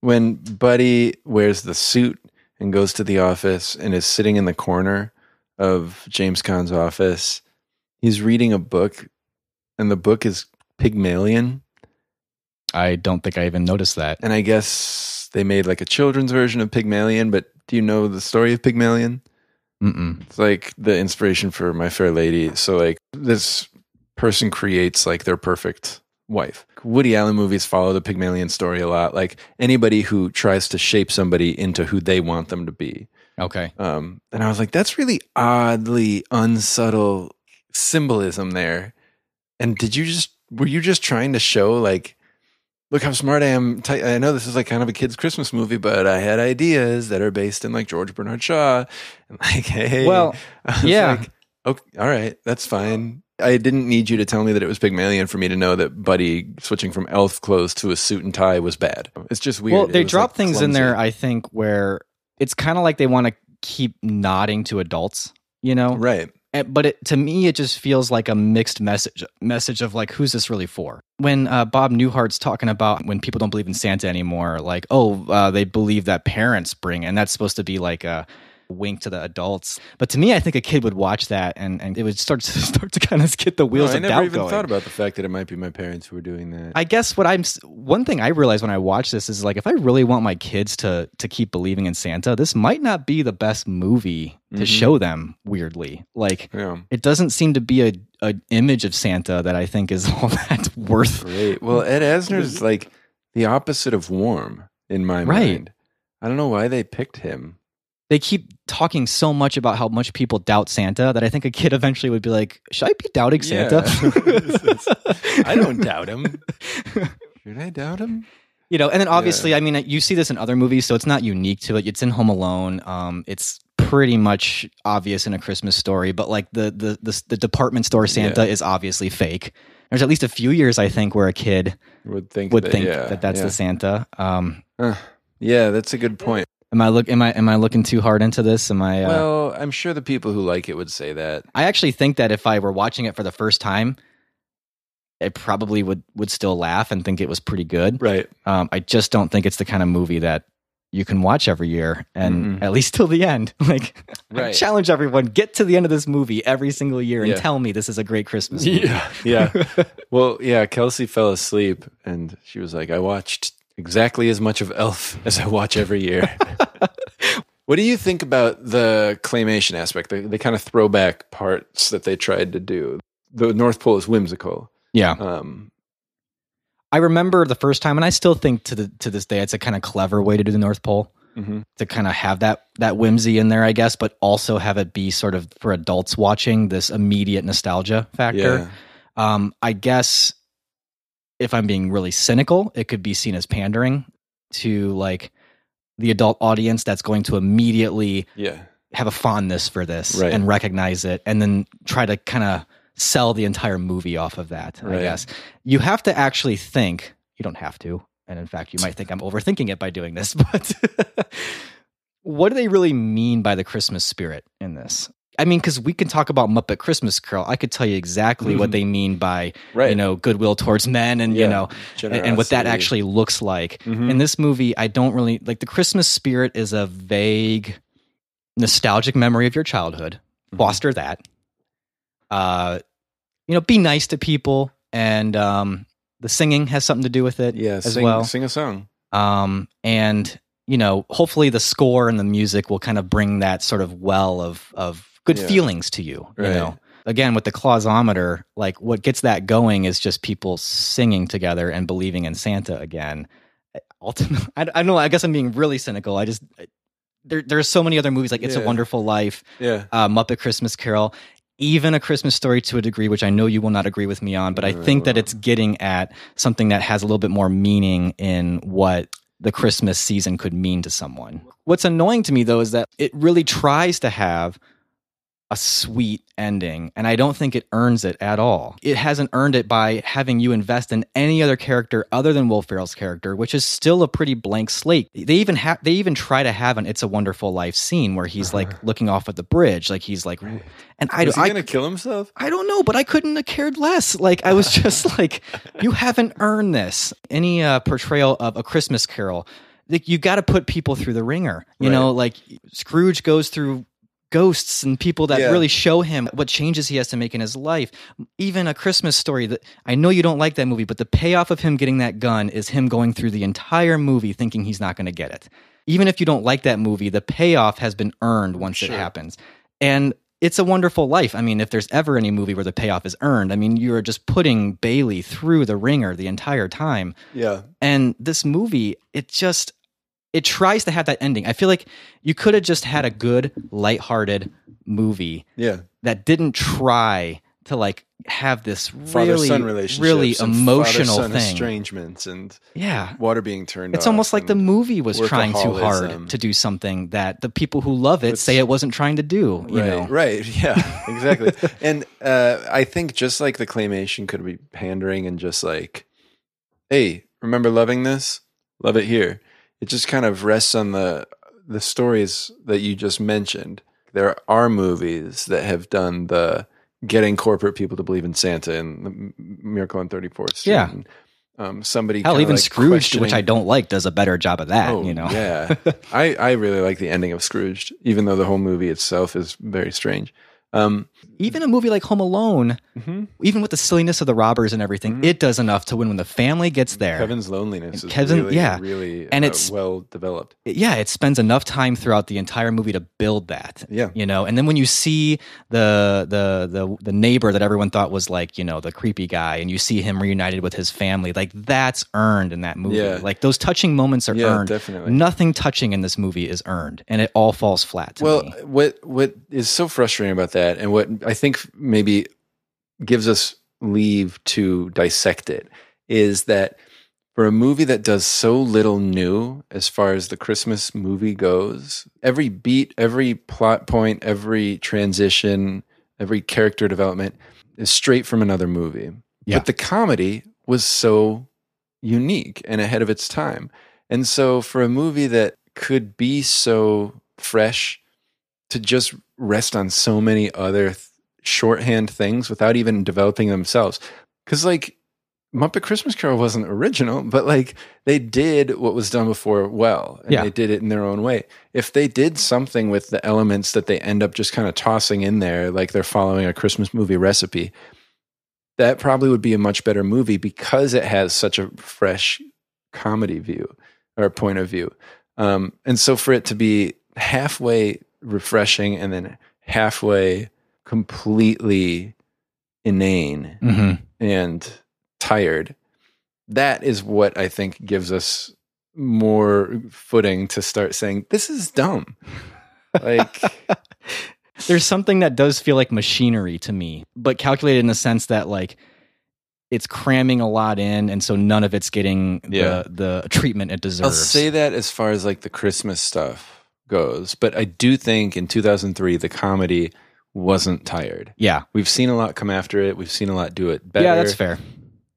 when Buddy wears the suit and goes to the office and is sitting in the corner of James Caan's office? He's reading a book, and the book is Pygmalion.
I don't think I even noticed that.
And I guess they made like a children's version of Pygmalion, but do you know the story of Pygmalion?
Mm-mm.
It's like the inspiration for My Fair Lady. So like this person creates like their perfect wife. Woody Allen movies follow the Pygmalion story a lot. Like anybody who tries to shape somebody into who they want them to be.
Okay.
Um, and I was like, that's really oddly unsubtle symbolism there. And did you just were you just trying to show like, look how smart I am? Ti- I know this is like kind of a kids' Christmas movie, but I had ideas that are based in like George Bernard Shaw and like, hey,
Well,
I was
yeah.
like, okay, all right, that's fine. I didn't need you to tell me that it was Pygmalion for me to know that Buddy switching from elf clothes to a suit and tie was bad. It's just weird.
Well,
It
they
was,
drop
like,
things
clumsy.
in there, I think, where it's kind of like they want to keep nodding to adults, you know?
Right.
Eh, But it, to me, it just feels like a mixed message message of like, who's this really for? When uh, Bob Newhart's talking about when people don't believe in Santa anymore, like, oh, uh, they believe that parents bring, and that's supposed to be like a wink to the adults. But to me, I think a kid would watch that and, and it would start to, start to kind of get the wheels
No, I
of
never
doubt
even
going.
thought about the fact that it might be my parents who were doing that.
I guess what I'm one thing I realized when I watched this is like if I really want my kids to to keep believing in Santa, this might not be the best movie to
Mhm.
show them. Weirdly, like it doesn't seem to be a an image of Santa that I think is all that worth.
Great. Well, Ed Asner's like the opposite of warm in my
Right.
mind. I don't know why they picked him.
They keep talking so much about how much people doubt Santa that I think a kid eventually would be like, "Should I be doubting Santa?"
I don't doubt him. Should I doubt him?
you know and then obviously i mean you see this in other movies so it's not unique to it it's in home alone um it's pretty much obvious in a christmas story but like the the the, the department store santa is obviously fake there's at least a few years i think where a kid
would think
would
that-
think
yeah,
that that's
yeah.
the santa um
Huh. yeah that's a good point
am i look am i am i looking too hard into this am i uh,
Well, I'm sure the people who like it would say that.
i actually think that if i were watching it for the first time I probably would would still laugh and think it was pretty good.
Right.
Um, I just don't think it's the kind of movie that you can watch every year and at least till the end. Like I
Mm-hmm. Right.
challenge everyone, get to the end of this movie every single year and
Yeah.
tell me this is a great Christmas movie.
Yeah. well, yeah, Kelsey fell asleep and she was like, I watched exactly as much of Elf as I watch every year. what do you think about the claymation aspect, the, the kind of throwback parts that they tried to do? The North Pole is whimsical.
Yeah.
Um,
I remember the first time and I still think to the to this day it's a kind of clever way to do the North Pole.
Mhm.
To kind of have that that whimsy in there, I guess, but also have it be sort of for adults watching this immediate nostalgia factor. Um, I guess if I'm being really cynical, it could be seen as pandering to like the adult audience that's going to immediately
Yeah.
have a fondness for this
Right.
and recognize it and then try to kind of sell the entire movie off of that,
Right.
I guess. You have to actually think, you don't have to. And in fact, you might think I'm overthinking it by doing this, but what do they really mean by the Christmas spirit in this? I mean, because we can talk about Muppet Christmas Carol. I could tell you exactly what they mean by, you know, goodwill towards men and,
Yeah.
you know, and, and what that
Generosity.
actually looks like.
Mhm.
In this movie, I don't really like the Christmas spirit is a vague, nostalgic memory of your childhood.
Mm-hmm.
Foster that. Uh, you know, be nice to people, and um, the singing has something to do with it.
Yeah,
as
sing-
well.
sing a song.
Um, and you know, hopefully the score and the music will kind of bring that sort of well of of good
Yeah.
feelings to you.
Right.
You know, again with the clausometer, like what gets that going is just people singing together and believing in Santa again. Ultimately, I, I know. I guess I'm being really cynical. I just there there's so many other movies like It's
Yeah.
a Wonderful Life,
Yeah.
uh, Muppet Christmas Carol, even A Christmas Story to a degree, which I know you will not agree with me on, but I think that it's getting at something that has a little bit more meaning in what the Christmas season could mean to someone. What's annoying to me though is that it really tries to have a sweet ending, and I don't think it earns it at all. It hasn't earned it by having you invest in any other character other than Will Ferrell's character, which is still a pretty blank slate. They even have they even try to have an "It's a Wonderful Life" scene where he's like looking off at the bridge, like he's like, and I
Uh-huh. Is he
I-
gonna kill himself?
I don't know, but I couldn't have cared less. Like I was just like, you haven't earned this. Any uh, portrayal of a Christmas Carol, like you got to put people through the ringer. You know, like Scrooge goes through ghosts and people that
Yeah.
really show him what changes he has to make in his life. Even a Christmas story that I know you don't like that movie, but the payoff of him getting that gun is him going through the entire movie thinking he's not going to get it. Even if you don't like that movie, the payoff has been earned once it happens. And it's a wonderful life. I mean, if there's ever any movie where the payoff is earned, I mean, you're just putting Bailey through the ringer the entire time.
Yeah.
And this movie, it just it tries to have that ending. I feel like you could have just had a good, lighthearted movie
Yeah.
that didn't try to like have this
Father
really,
son relationships.
really
and
emotional
father-son
thing.
estrangements and
Yeah.
water being turned
It's almost like the movie was trying too
workaholism.
hard to do something that the people who love it say it wasn't trying to do. You
right,
know,
right, yeah, exactly. and uh, I think just like the claymation could be pandering and just like, hey, remember loving this? Love it here. It just kind of rests on the the stories that you just mentioned. There are movies that have done the getting corporate people to believe in Santa and the M- Miracle on 34th Street.
Yeah.
And, um, somebody
Hell,
kinda,
even
like,
Scrooge, which
questioning-
I don't like, does a better job of that.
Oh,
you know,
yeah. I, I really like the ending of Scrooged, even though the whole movie itself is very strange. Um,
even a movie like Home Alone,
Mm-hmm.
even with the silliness of the robbers and everything, it does enough to win when the family gets there.
Kevin's loneliness is
Kevin-
really,
yeah.
really
And
uh,
it's-
well developed.
yeah, it spends enough time throughout the entire movie to build that.
Yeah.
You know, and then when you see the the the the neighbor that everyone thought was like, you know, the creepy guy and you see him reunited with his family, like that's earned in that movie.
Yeah.
Like those touching moments are
Yeah,
earned.
definitely.
Nothing touching in this movie is earned and it all falls flat to
Well,
me.
what what is so frustrating about that, and what I think maybe gives us leave to dissect it, is that for a movie that does so little new as far as the Christmas movie goes, every beat, every plot point, every transition, every character development is straight from another movie.
Yeah.
But the comedy was so unique and ahead of its time. And so for a movie that could be so fresh to just rest on so many other th- shorthand things without even developing themselves. Cuz like Muppet Christmas Carol wasn't original, but like they did what was done before well, and
Yeah.
they did it in their own way. If they did something with the elements that they end up just kind of tossing in there, like they're following a Christmas movie recipe, that probably would be a much better movie because it has such a fresh comedy view or point of view. Um, and so for it to be halfway refreshing and then halfway completely inane
Mhm.
and tired, that is what I think gives us more footing to start saying, this is dumb. Like,
there's something that does feel like machinery to me, but calculated in the sense that like it's cramming a lot in, and so none of it's getting
Yeah.
the, the treatment it deserves.
I'll say that as far as like the Christmas stuff goes, but I do think in 2003 the comedy wasn't tired.
Yeah.
We've seen a lot come after it. We've seen a lot do it better.
Yeah, that's fair.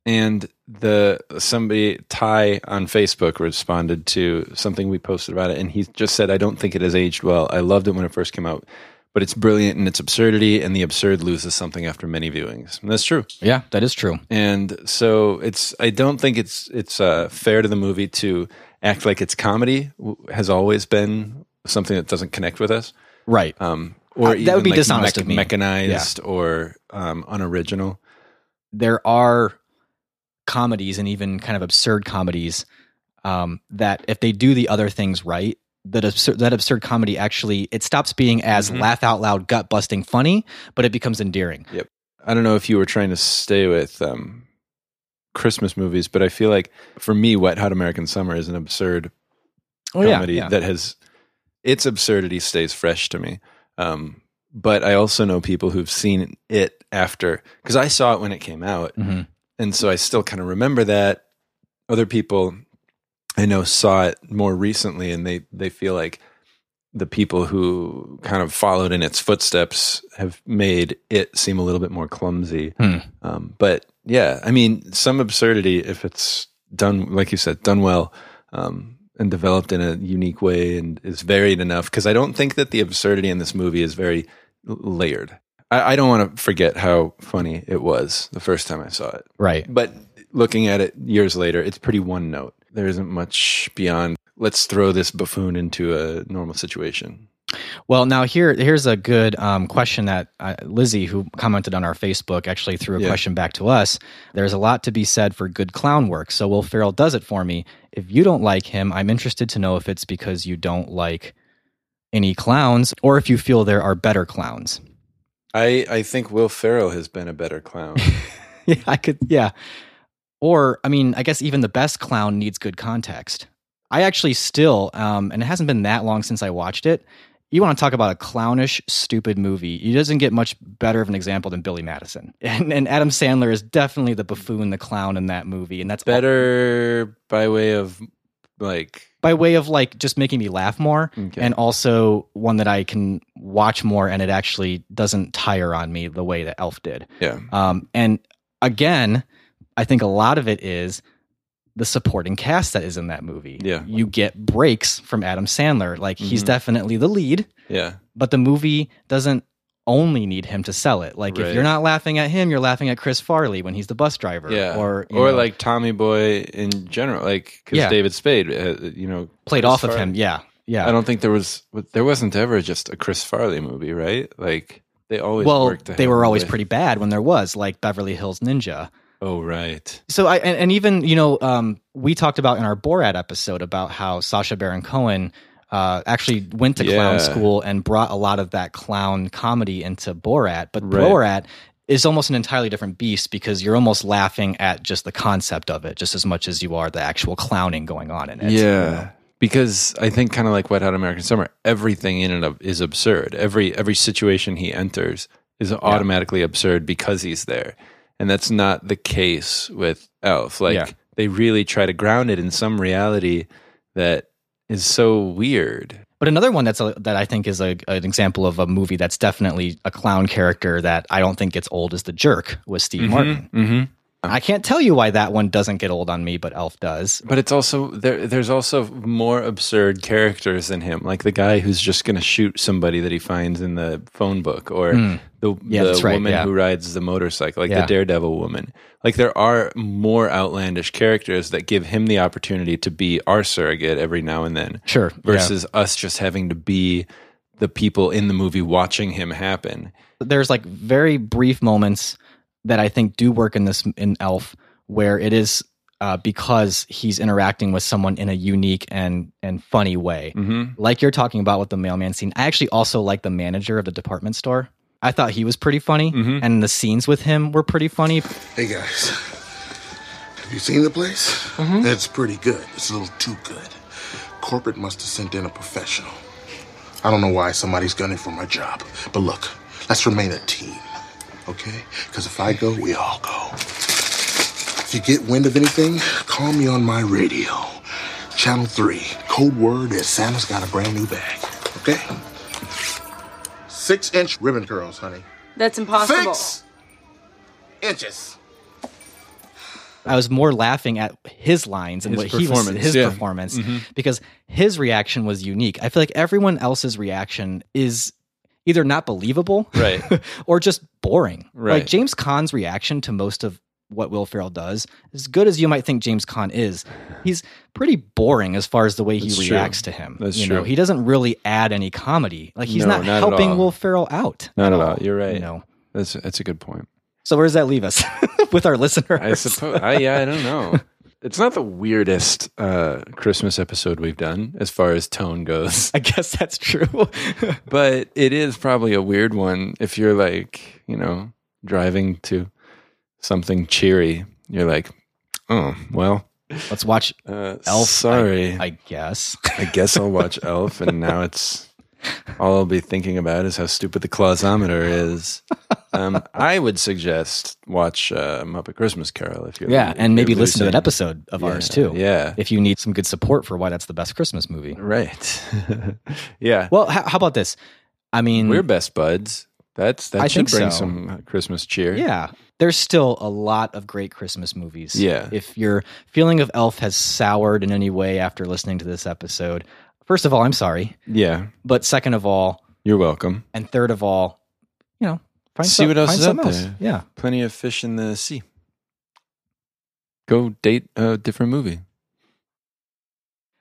And the somebody Ty on Facebook responded to something we posted about it, and he just said, "I don't think it has aged well. I loved it when it first came out, but it's brilliant in its absurdity, and the absurd loses something after many viewings." And that's true.
Yeah, that is true.
And so it's I don't think it's it's uh, fair to the movie to act like its comedy w- has always been something that doesn't connect with us.
Right.
Um
Uh,
or
that would
even,
be
like,
dishonest of me.
mechanized or um, unoriginal.
there are comedies and even kind of absurd comedies um, that if they do the other things right, that absurd that absurd comedy actually it stops being as
Mhm.
laugh out loud gut busting funny, but it becomes endearing.
Yep. I don't know if you were trying to stay with um, Christmas movies, but I feel like for me, Wet Hot American Summer is an absurd
Oh, yeah,
comedy
yeah.
that has its absurdity stays fresh to me. Um, but I also know people who've seen it after because I saw it when it came out,
Mhm.
and so I still kind of remember that. Other people I know saw it more recently, and they they feel like the people who kind of followed in its footsteps have made it seem a little bit more clumsy.
Hmm.
Um, but yeah, I mean, some absurdity if it's done, like you said, done well um, and developed in a unique way and is varied enough. Because I don't think that the absurdity in this movie is very l- layered. I, I don't want to forget how funny it was the first time I saw it.
Right.
But looking at it years later, it's pretty one note. There isn't much beyond. Let's throw this buffoon into a normal situation.
Well, now here here's a good um, question that uh, Lizzie, who commented on our Facebook, actually threw a
Yeah.
question back to us. There's a lot to be said for good clown work. So Will Ferrell does it for me. If you don't like him, I'm interested to know if it's because you don't like any clowns, or if you feel there are better clowns.
I, I think Will Ferrell has been a better clown.
yeah, I could. Yeah. Or, I mean, I guess even the best clown needs good context. I actually still, um, and it hasn't been that long since I watched it. You want to talk about a clownish, stupid movie? It doesn't get much better of an example than Billy Madison. And, and Adam Sandler is definitely the buffoon, the clown in that movie. And that's
better by way of like
by way of like just making me laugh more
Okay.
and also one that I can watch more and it actually doesn't tire on me the way that Elf did.
Yeah.
Um, and again, I think a lot of it is the supporting cast that is in that movie.
Yeah.
You get breaks from Adam Sandler. Like he's
Mhm.
definitely the lead,
Yeah.
but the movie doesn't only need him to sell it. Like if
Right.
you're not laughing at him, you're laughing at Chris Farley when he's the bus driver.
Yeah.
Or you
or
know,
like Tommy Boy in general, like because
Yeah.
David Spade, uh, you know,
played
Chris
off of
Farley.
him. Yeah. Yeah.
I don't think there was there wasn't ever just a Chris Farley movie, right? Like they always
well,
worked
they were
ahead
always
with-
pretty bad when there was like Beverly Hills Ninja.
Oh right,
So I and, and even you know um, we talked about in our Borat episode about how Sasha Baron Cohen uh, actually went to
Yeah.
clown school and brought a lot of that clown comedy into Borat, but
Right.
Borat is almost an entirely different beast because you're almost laughing at just the concept of it just as much as you are the actual clowning going on in it. you
yeah.
know?
Because I think kind of like Wet Hot American Summer, everything in and of is absurd. Every every situation he enters is automatically absurd because he's there, and that's not the case with Elf. Like
Yeah.
they really try to ground it in some reality that is so weird.
But another one that's a, that I think is a, an example of a movie that's definitely a clown character that I don't think gets old is The Jerk with Steve Martin.
Mm-hmm.
I can't tell you why that one doesn't get old on me, but Elf does.
But it's also there. There's also more absurd characters than him, like the guy who's just going to shoot somebody that he finds in the phone book, or
Hmm.
the,
Yeah,
the
that's right,
woman
yeah.
who rides the motorcycle, like
Yeah.
the daredevil woman. Like there are more outlandish characters that give him the opportunity to be our surrogate every now and then,
Sure. yeah.
versus us just having to be the people in the movie watching him happen.
there's like very brief moments that I think do work in this in Elf where it is uh, because he's interacting with someone in a unique and and funny way.
Mm-hmm.
Like you're talking about with the mailman scene. I actually also like the manager of the department store. I thought he was pretty funny,
Mm-hmm.
and the scenes with him were pretty funny.
Hey guys, have you seen the place? That's pretty good. It's a little too good. Corporate must have sent in a professional. I don't know why somebody's gunning for my job, but look, let's remain a team, okay? Because if I go, we all go. If you get wind of anything, call me on my radio. Channel 3. Code word is Santa's got a brand new bag. Okay? Six inch ribbon curls, honey.
That's impossible.
Six inches.
I was more laughing at his lines and
His
what he was
performance,
his
yeah.
performance
Mhm.
because his reaction was unique. I feel like everyone else's reaction is either not believable,
Right.
or just boring. Like
Right.
James Caan's reaction to most of what Will Ferrell does, as good as you might think James Caan is, he's pretty boring as far as the way he
That's true.
reacts to him.
That's
you Know,
true.
he doesn't really add any comedy. Like he's
No,
not,
not at
helping
all.
Will Ferrell out.
Not at all. You're right.
You know.
That's that's a good point.
So where does that leave us with our listeners?
I suppose. I, yeah, I don't know. It's not the weirdest uh, Christmas episode we've done as far as tone goes.
I guess that's true.
but it is probably a weird one if you're like, you know, driving to something cheery. You're like, oh, well.
Let's watch
uh,
Elf, I-
Sorry.
I guess.
I guess I'll watch Elf, and now it's all I'll be thinking about is how stupid the clausometer is. Um, I would suggest watch uh, Muppet Christmas Carol if you're
yeah,
if
and maybe
you're
listen to an
losing-
episode of
Yeah,
ours too.
Yeah,
If you need some good support for why that's the best Christmas movie.
right. yeah,
Well, how, how about this? I mean,
we're best buds. That's that
I
should
think
bring
so.
some uh, Christmas cheer.
yeah, there's still a lot of great Christmas movies.
Yeah.
If your feeling of Elf has soured in any way after listening to this episode, first of all, I'm sorry.
yeah.
But second of all,
You're welcome.
and third of all, you know, find
See
some-
what else
find
is out
something else.
there.
Yeah.
plenty of fish in the sea. Go date a different movie.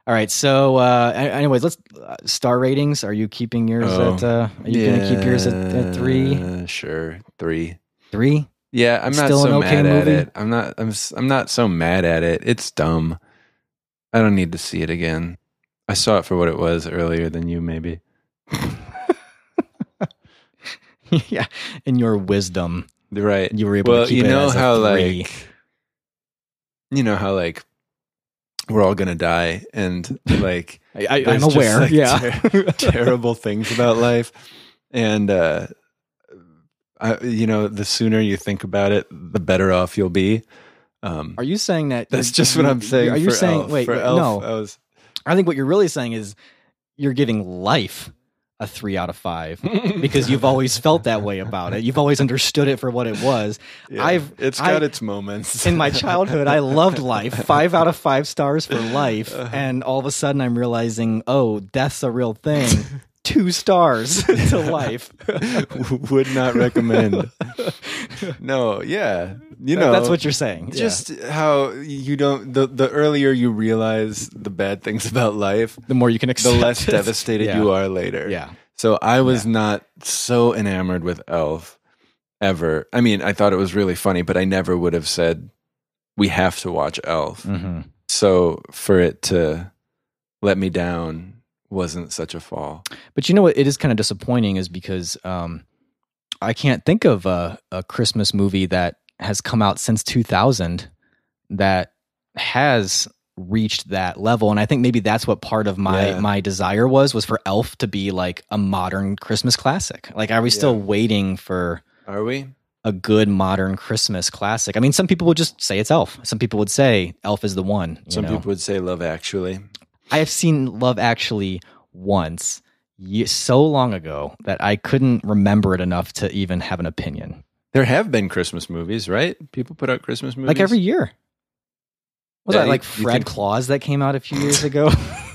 All right. So, uh, a- anyways, let's uh, star ratings. Are you keeping yours
Oh,
at? Uh, are you going to keep yours at, at three?
yeah, Sure, three.
Three?
Yeah, I'm not
Still an
so
okay
mad at
movie?
it. I'm not. I'm. s- I'm not so mad at it. It's dumb. I don't need to see it again. I saw it for what it was earlier than you, maybe.
yeah. In your wisdom,
Right.
you were able
well,
to keep
you
it
know
as a
how
three.
like you know how like we're all gonna die and like
I- I- I'm
there's just,
aware, yeah.
ter- terrible things about life and uh I, you know the sooner you think about it the better off you'll be um
Are you saying that?
that's just what I'm saying
Are you
for
saying?
Elf.
Wait,
For
wait,
Elf,
no.
I was-
I think what you're really saying is you're giving life a three out of five because you've always felt that way about it. You've always understood it for what it was.
yeah,
I've
it's
I-
got its moments
in my childhood, I loved life. Five out of five stars for life.
Uh-huh.
And all of a sudden, I'm realizing, oh, death's a real thing. Two stars to life.
would not recommend no yeah you know
that's what you're saying. Yeah.
just how you don't the, the earlier you realize the bad things about life
the more you can
the
accept
less
it.
devastated
Yeah.
you are later
Yeah.
so i was not so enamored with elf ever i mean i thought it was really funny but i never would have said we have to watch elf
Mhm.
so for it to let me down wasn't such a fall
But you know what? It is kind of disappointing, is because um, I can't think of a, a Christmas movie that has come out since 2000 that has reached that level. And I think maybe that's what part of my
Yeah.
my desire was was for Elf to be like a modern Christmas classic. Like, are we still waiting for
are we
a good modern Christmas classic? I mean, some people would just say it's Elf. Some people would say Elf is the one. you
some
know?
people would say love actually
I have seen Love Actually once ye- so long ago that I couldn't remember it enough to even have an opinion.
there have been christmas movies right people put out christmas movies
Like every year.
Yeah,
Was that
you-
like
you
Fred
think-
Claus that came out a few years ago?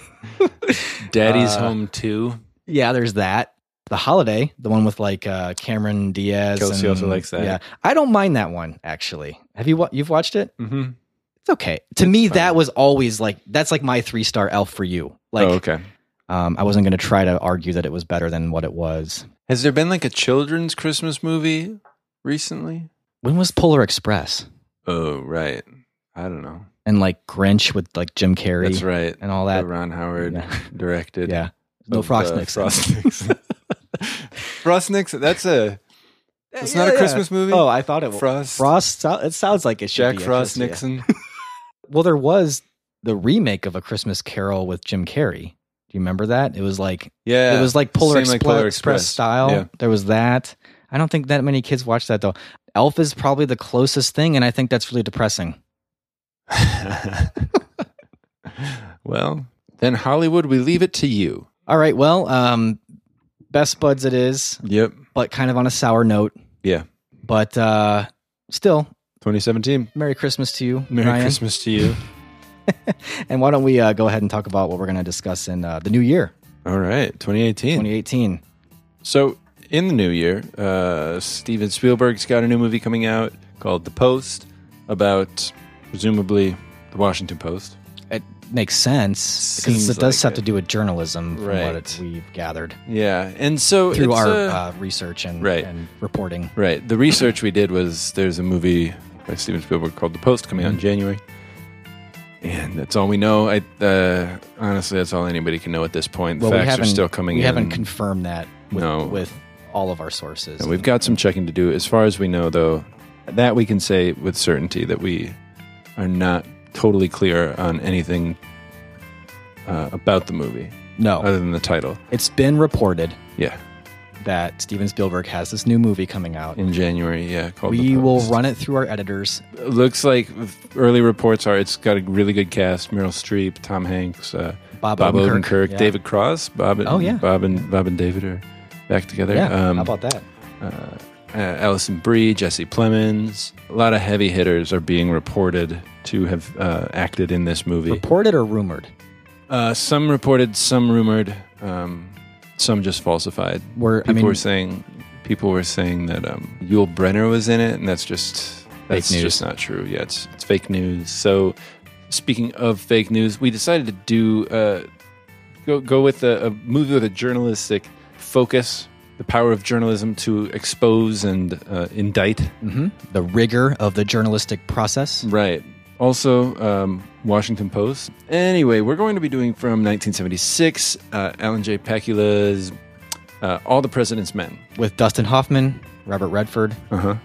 daddy's
Uh,
home too
yeah, there's that. The Holiday, the one with like uh, Cameron Diaz.
Kelsey
and-
also likes that.
Yeah, I don't mind that one actually. Have you wa- you've watched it?
mm-hmm
It's okay. To me, that was always like that's like my three star elf for you. Like,
oh, okay.
um, I wasn't going to try to argue that it was better than what it was.
Has there been like a children's Christmas movie recently?
When was Polar Express?
Oh, right. I don't know.
and like Grinch with like Jim Carrey.
That's right.
And all that.
That Ron Howard
Yeah.
directed.
Yeah. No
Of,
frost
uh,
mix.
Frostniks. Frostniks. That's a. That's not a Christmas movie.
Oh, I thought it was.
Frost.
Frost. so- It sounds like it should
Jack
be a
Frost
Christmas-
Nixon.
yeah. Well, there was the remake of A Christmas Carol with Jim Carrey. Do you remember that? It was like
Yeah.
it was like Polar,
Same
Expre-
like Polar
Express
Express.
style.
Yeah.
There was that. I don't think that many kids watch that though. Elf is probably the closest thing, and I think that's really depressing.
well, then Hollywood, we leave it to you.
All right. Well, um, best buds it is.
Yep.
But kind of on a sour note.
Yeah.
But uh, still,
2017.
Merry Christmas to you.
Merry
Ryan.
Christmas to you.
And why don't we uh, go ahead and talk about what we're going to discuss in uh, the new year?
All right, 2018.
2018.
So, in the new year, uh, Steven Spielberg's got a new movie coming out called The Post about presumably the Washington Post.
It makes sense because
Seems
it does
like
have to do with journalism, from
Right.
what it, we've gathered
Yeah, and so
through
it's
our
a-
uh, research and,
right.
and reporting.
Right. The research we did was there's a movie by Steven Spielberg called The Post coming out
Mm-hmm.
in January. And that's all we know. I uh, honestly, that's all anybody can know at this point.
Well, we
Facts are
haven't-
still coming
We
in.
haven't confirmed that with,
No.
with all of our sources.
And we've got some checking to do. As far as we know, though, that we can say with certainty that we are not totally clear on anything uh, about the movie.
No.
Other than the title.
It's been reported
Yeah.
that Steven Spielberg has this new movie coming out.
In January. Yeah. Called The
we will
Post.
run it through our editors.
looks like early reports are it's got a really good cast: Meryl Streep, Tom Hanks, uh,
Bob
Odenkirk,
Odenkirk, yeah.
David Cross. Bob and
Oh, yeah.
Bob and Bob and David are back together. Um,
Yeah, how about that?
Uh, uh, Allison Brie, Jesse Plemons, a lot of heavy hitters are being reported to have uh, acted in this movie.
Reported or rumored?
Uh, some reported, some rumored, um, some just falsified.
Were- I
people
mean-
were saying people were saying that um, Yul Brenner was in it, and that's just that's
news.
just not true. Yeah, it's, it's fake news. So speaking of fake news, we decided to do uh, go go with a, a movie with a journalistic focus. The power of journalism to expose and uh, indict.
hmm The rigor of the journalistic process.
Right. Also, um, Washington Post. Anyway, we're going to be doing from 1976, uh, Alan J. Pacula's uh, All the President's Men.
with Dustin Hoffman, Robert Redford.
Uh huh.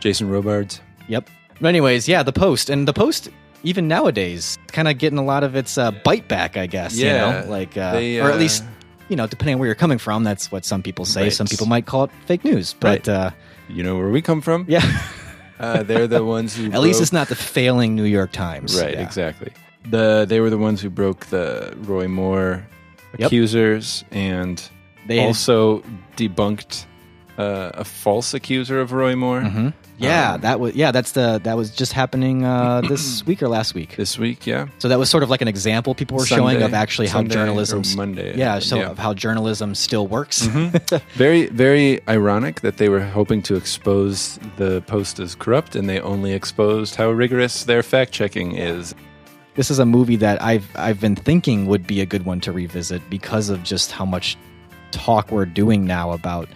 Jason Robards.
Yep. But anyways, yeah, the Post and the Post even nowadays kind of getting a lot of its uh, bite back, I guess.
Yeah.
You know, like uh,
They,
or at
uh,
least you know, depending on where you're coming from, that's what some people say.
Right.
Some people might call it fake news, but
Right.
uh,
You know where we come from?
yeah,
Uh, they're the ones who.
at least
broke-
it's not the failing New York Times.
Right,
Yeah.
exactly. The They were the ones who broke the Roy Moore
Yep.
accusers and
They-
also debunked uh, a false accuser of Roy Moore.
Mhm. Yeah,
um,
that was yeah. That's the that was just happening uh, this week or last week.
This week, yeah.
So that was sort of like an example people were showing
Sunday-
of actually how
Sunday or
journalism
Monday,
yeah, so
yeah. Mm-hmm.
of how journalism still works.
Very, very ironic that they were hoping to expose the post as corrupt, and they only exposed how rigorous their fact checking is.
this is a movie that I've I've been thinking would be a good one to revisit because of just how much talk we're doing now about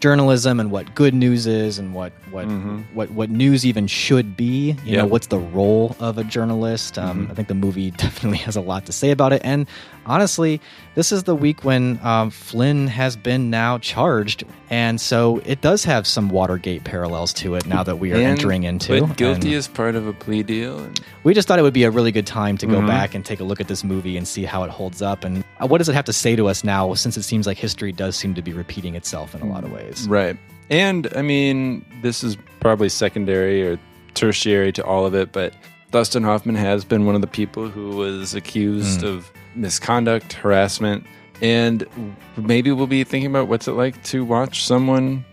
journalism and what good news is and what what
Mm-hmm.
what what news even should be. You
Yeah.
know, what's the role of a journalist? Um,
Mm-hmm.
I think the movie definitely has a lot to say about it. And honestly, this is the week when um, Flynn has been now charged, and so it does have some Watergate parallels to it now that we are
And
entering into.
pled guilty
And-
as part of a plea deal. And
we just thought it would be a really good time to go
Mhm.
back and take a look at this movie and see how it holds up and uh, what does it have to say to us now since it seems like history does seem to be repeating itself in a lot of ways.
Right. And I mean, this is probably secondary or tertiary to all of it, but Dustin Hoffman has been one of the people who was accused
Hmm.
of misconduct, harassment, and maybe we'll be thinking about what's it like to watch someone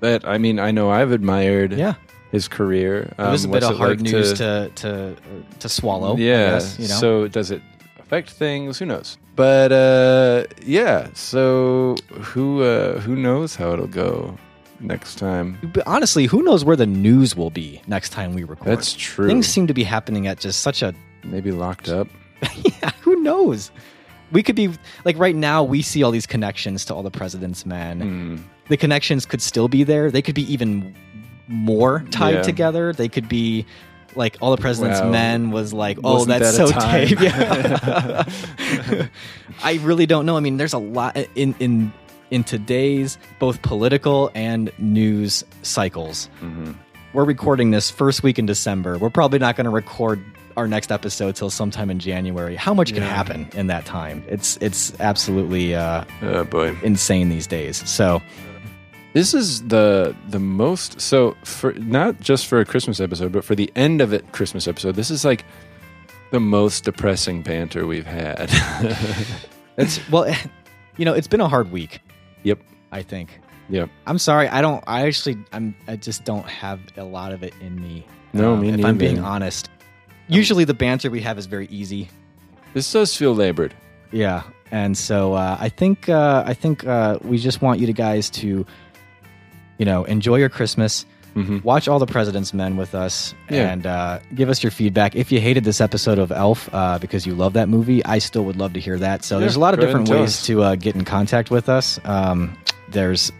that I mean, I know I've admired
Yeah.
his career.
it was a
Um,
bit
what's
of
it
hard
like
news to to to swallow. I
yeah.
guess, you know.
So does it affect things? Who knows? But uh, yeah, so who uh, who knows how it'll go next time?
but honestly, who knows where the news will be next time we record?
That's true.
Things seem to be happening at just such a
Maybe locked up.
who knows? We could be like right now we see all these connections to all the president's men. The connections could still be there. They could be even more tied
Yeah.
together. They could be like all the president's
Wow.
men was like, oh,
Wasn't
that's
that a
so
time?"
taped. Yeah. I really don't know. I mean, there's a lot in in in today's both political and news cycles.
Mm-hmm.
We're recording this first week in December. We're probably not going to record our next episode till sometime in January. How much can happen in that time? It's it's absolutely uh,
Oh boy.
insane these days. So
This is the the most so for not just for a Christmas episode, but for the end of it Christmas episode. This is like the most depressing banter we've had.
it's well, you know, it's been a hard week.
Yep.
I think.
Yep.
I'm sorry. I don't. I actually. I'm. I just don't have a lot of it in me. Um,
No, me
If I'm being
neither.
honest, usually the banter we have is very easy.
This does feel labored.
Yeah, and so uh, I think uh, I think uh, we just want you to guys to, you know, enjoy your Christmas.
Mm-hmm.
Watch all the President's Men with us,
Yeah.
and uh, give us your feedback. If you hated this episode of Elf uh, because you love that movie, I still would love to hear that. So
Yeah,
there's a lot of
go ahead
different
and tell
ways
us.
to uh, get in contact with us. Um, there's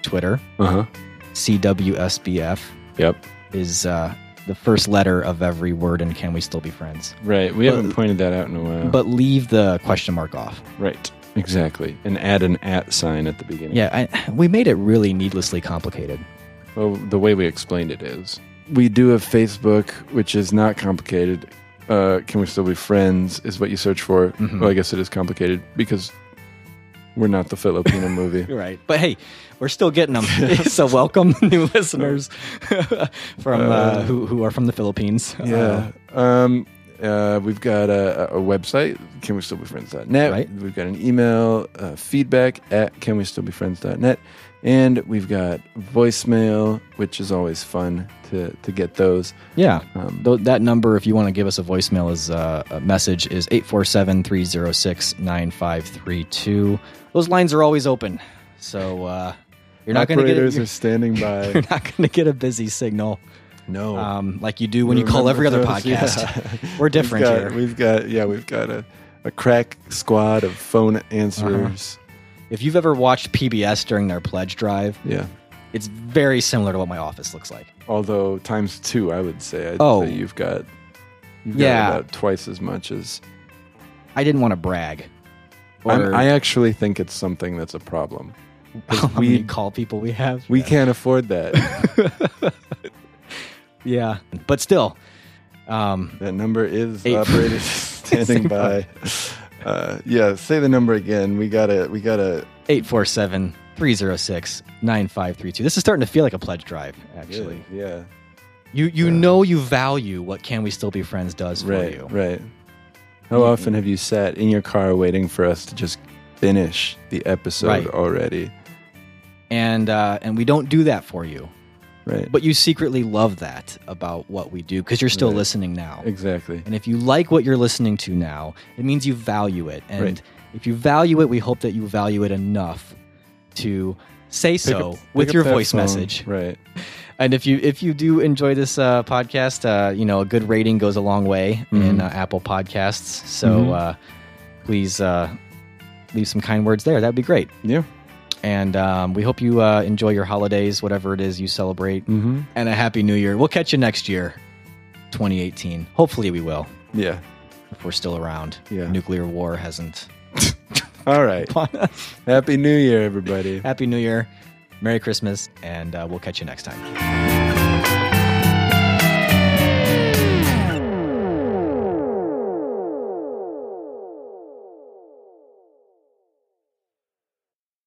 Twitter,
uh-huh.
CWSBF.
Yep,
is uh, the first letter of every word, and can we still be friends?
Right. We
But-
haven't pointed that out in a while.
But leave the question mark off.
right. Exactly. And add an at sign at the beginning.
Yeah, I, we made it really needlessly complicated.
Well, the way we explained it is we do have Facebook, which is not complicated. Uh, can we still be friends? Is what you search for.
Mhm.
Well, I guess it is complicated because we're not the Filipino movie.
You're right. But hey, we're still getting them. so welcome new listeners from uh,
Uh,
who, who are from the Philippines. Uh,
Yeah. um, uh, we've got a, a website, can we still be friends.net.
Right.
We've got an email, uh, feedback at can we still be friends.net. And we've got voicemail, which is always fun to, to get those.
yeah. Tho- that number, if you want to give us a voicemail, is uh, a message is 847 306 9532. Those lines are always open. So uh, you're not going to get it.
Operators are standing by.
you're not going to get a busy signal.
No.
Um, like you do when you call every
Remember
other
those?
podcast.
Yeah.
We're Uh, different
we've got,
here.
We've got yeah, we've got a, a crack squad of phone answerers.
If you've ever watched PBS during their pledge drive,
Yeah.
it's very similar to what my office looks like.
Although times two, I would say. I'd
Oh.
say you've got you've
Yeah.
got about twice as much as.
I didn't want to brag.
I'm,
Or-
I actually think it's something that's a problem. 'Cause
How many
we
call people we have?
we can't afford that.
Yeah, but still, um,
that number is
Eight-
operators standing by. Uh, yeah, say the number again. We gotta we gotta
847 306 9532. This is starting to feel like a pledge drive, actually.
yeah.
You you know you value what Can We Still Be Friends does for
Right,
you. Mm-hmm.
right. How often have you sat in your car waiting for us to just finish the episode
Right.
already?
And, uh, and we don't do that for you.
Right.
But you secretly love that about what we do because you're still listening now.
Exactly.
And if you like what you're listening to now, it means you value it. And
Right.
if you value it, we hope that you value it enough to say
Pick
so
up-
with
pick up
your
that
voice
phone.
message.
Right.
And if you if you do enjoy this uh, podcast, uh, you know a good rating goes a long way in
Mhm.
uh, Apple Podcasts. So
Mhm.
uh, please uh, leave some kind words there. That'd be great.
Yeah.
And um, we hope you uh, enjoy your holidays, whatever it is you celebrate,
Mm-hmm.
and a happy New Year. We'll catch you next year, 2018. Hopefully, we will
Yeah.
if we're still around.
Yeah.
Nuclear war hasn't.
All right. Happy New Year, everybody.
Happy New Year, Merry Christmas, and uh, we'll catch you next time.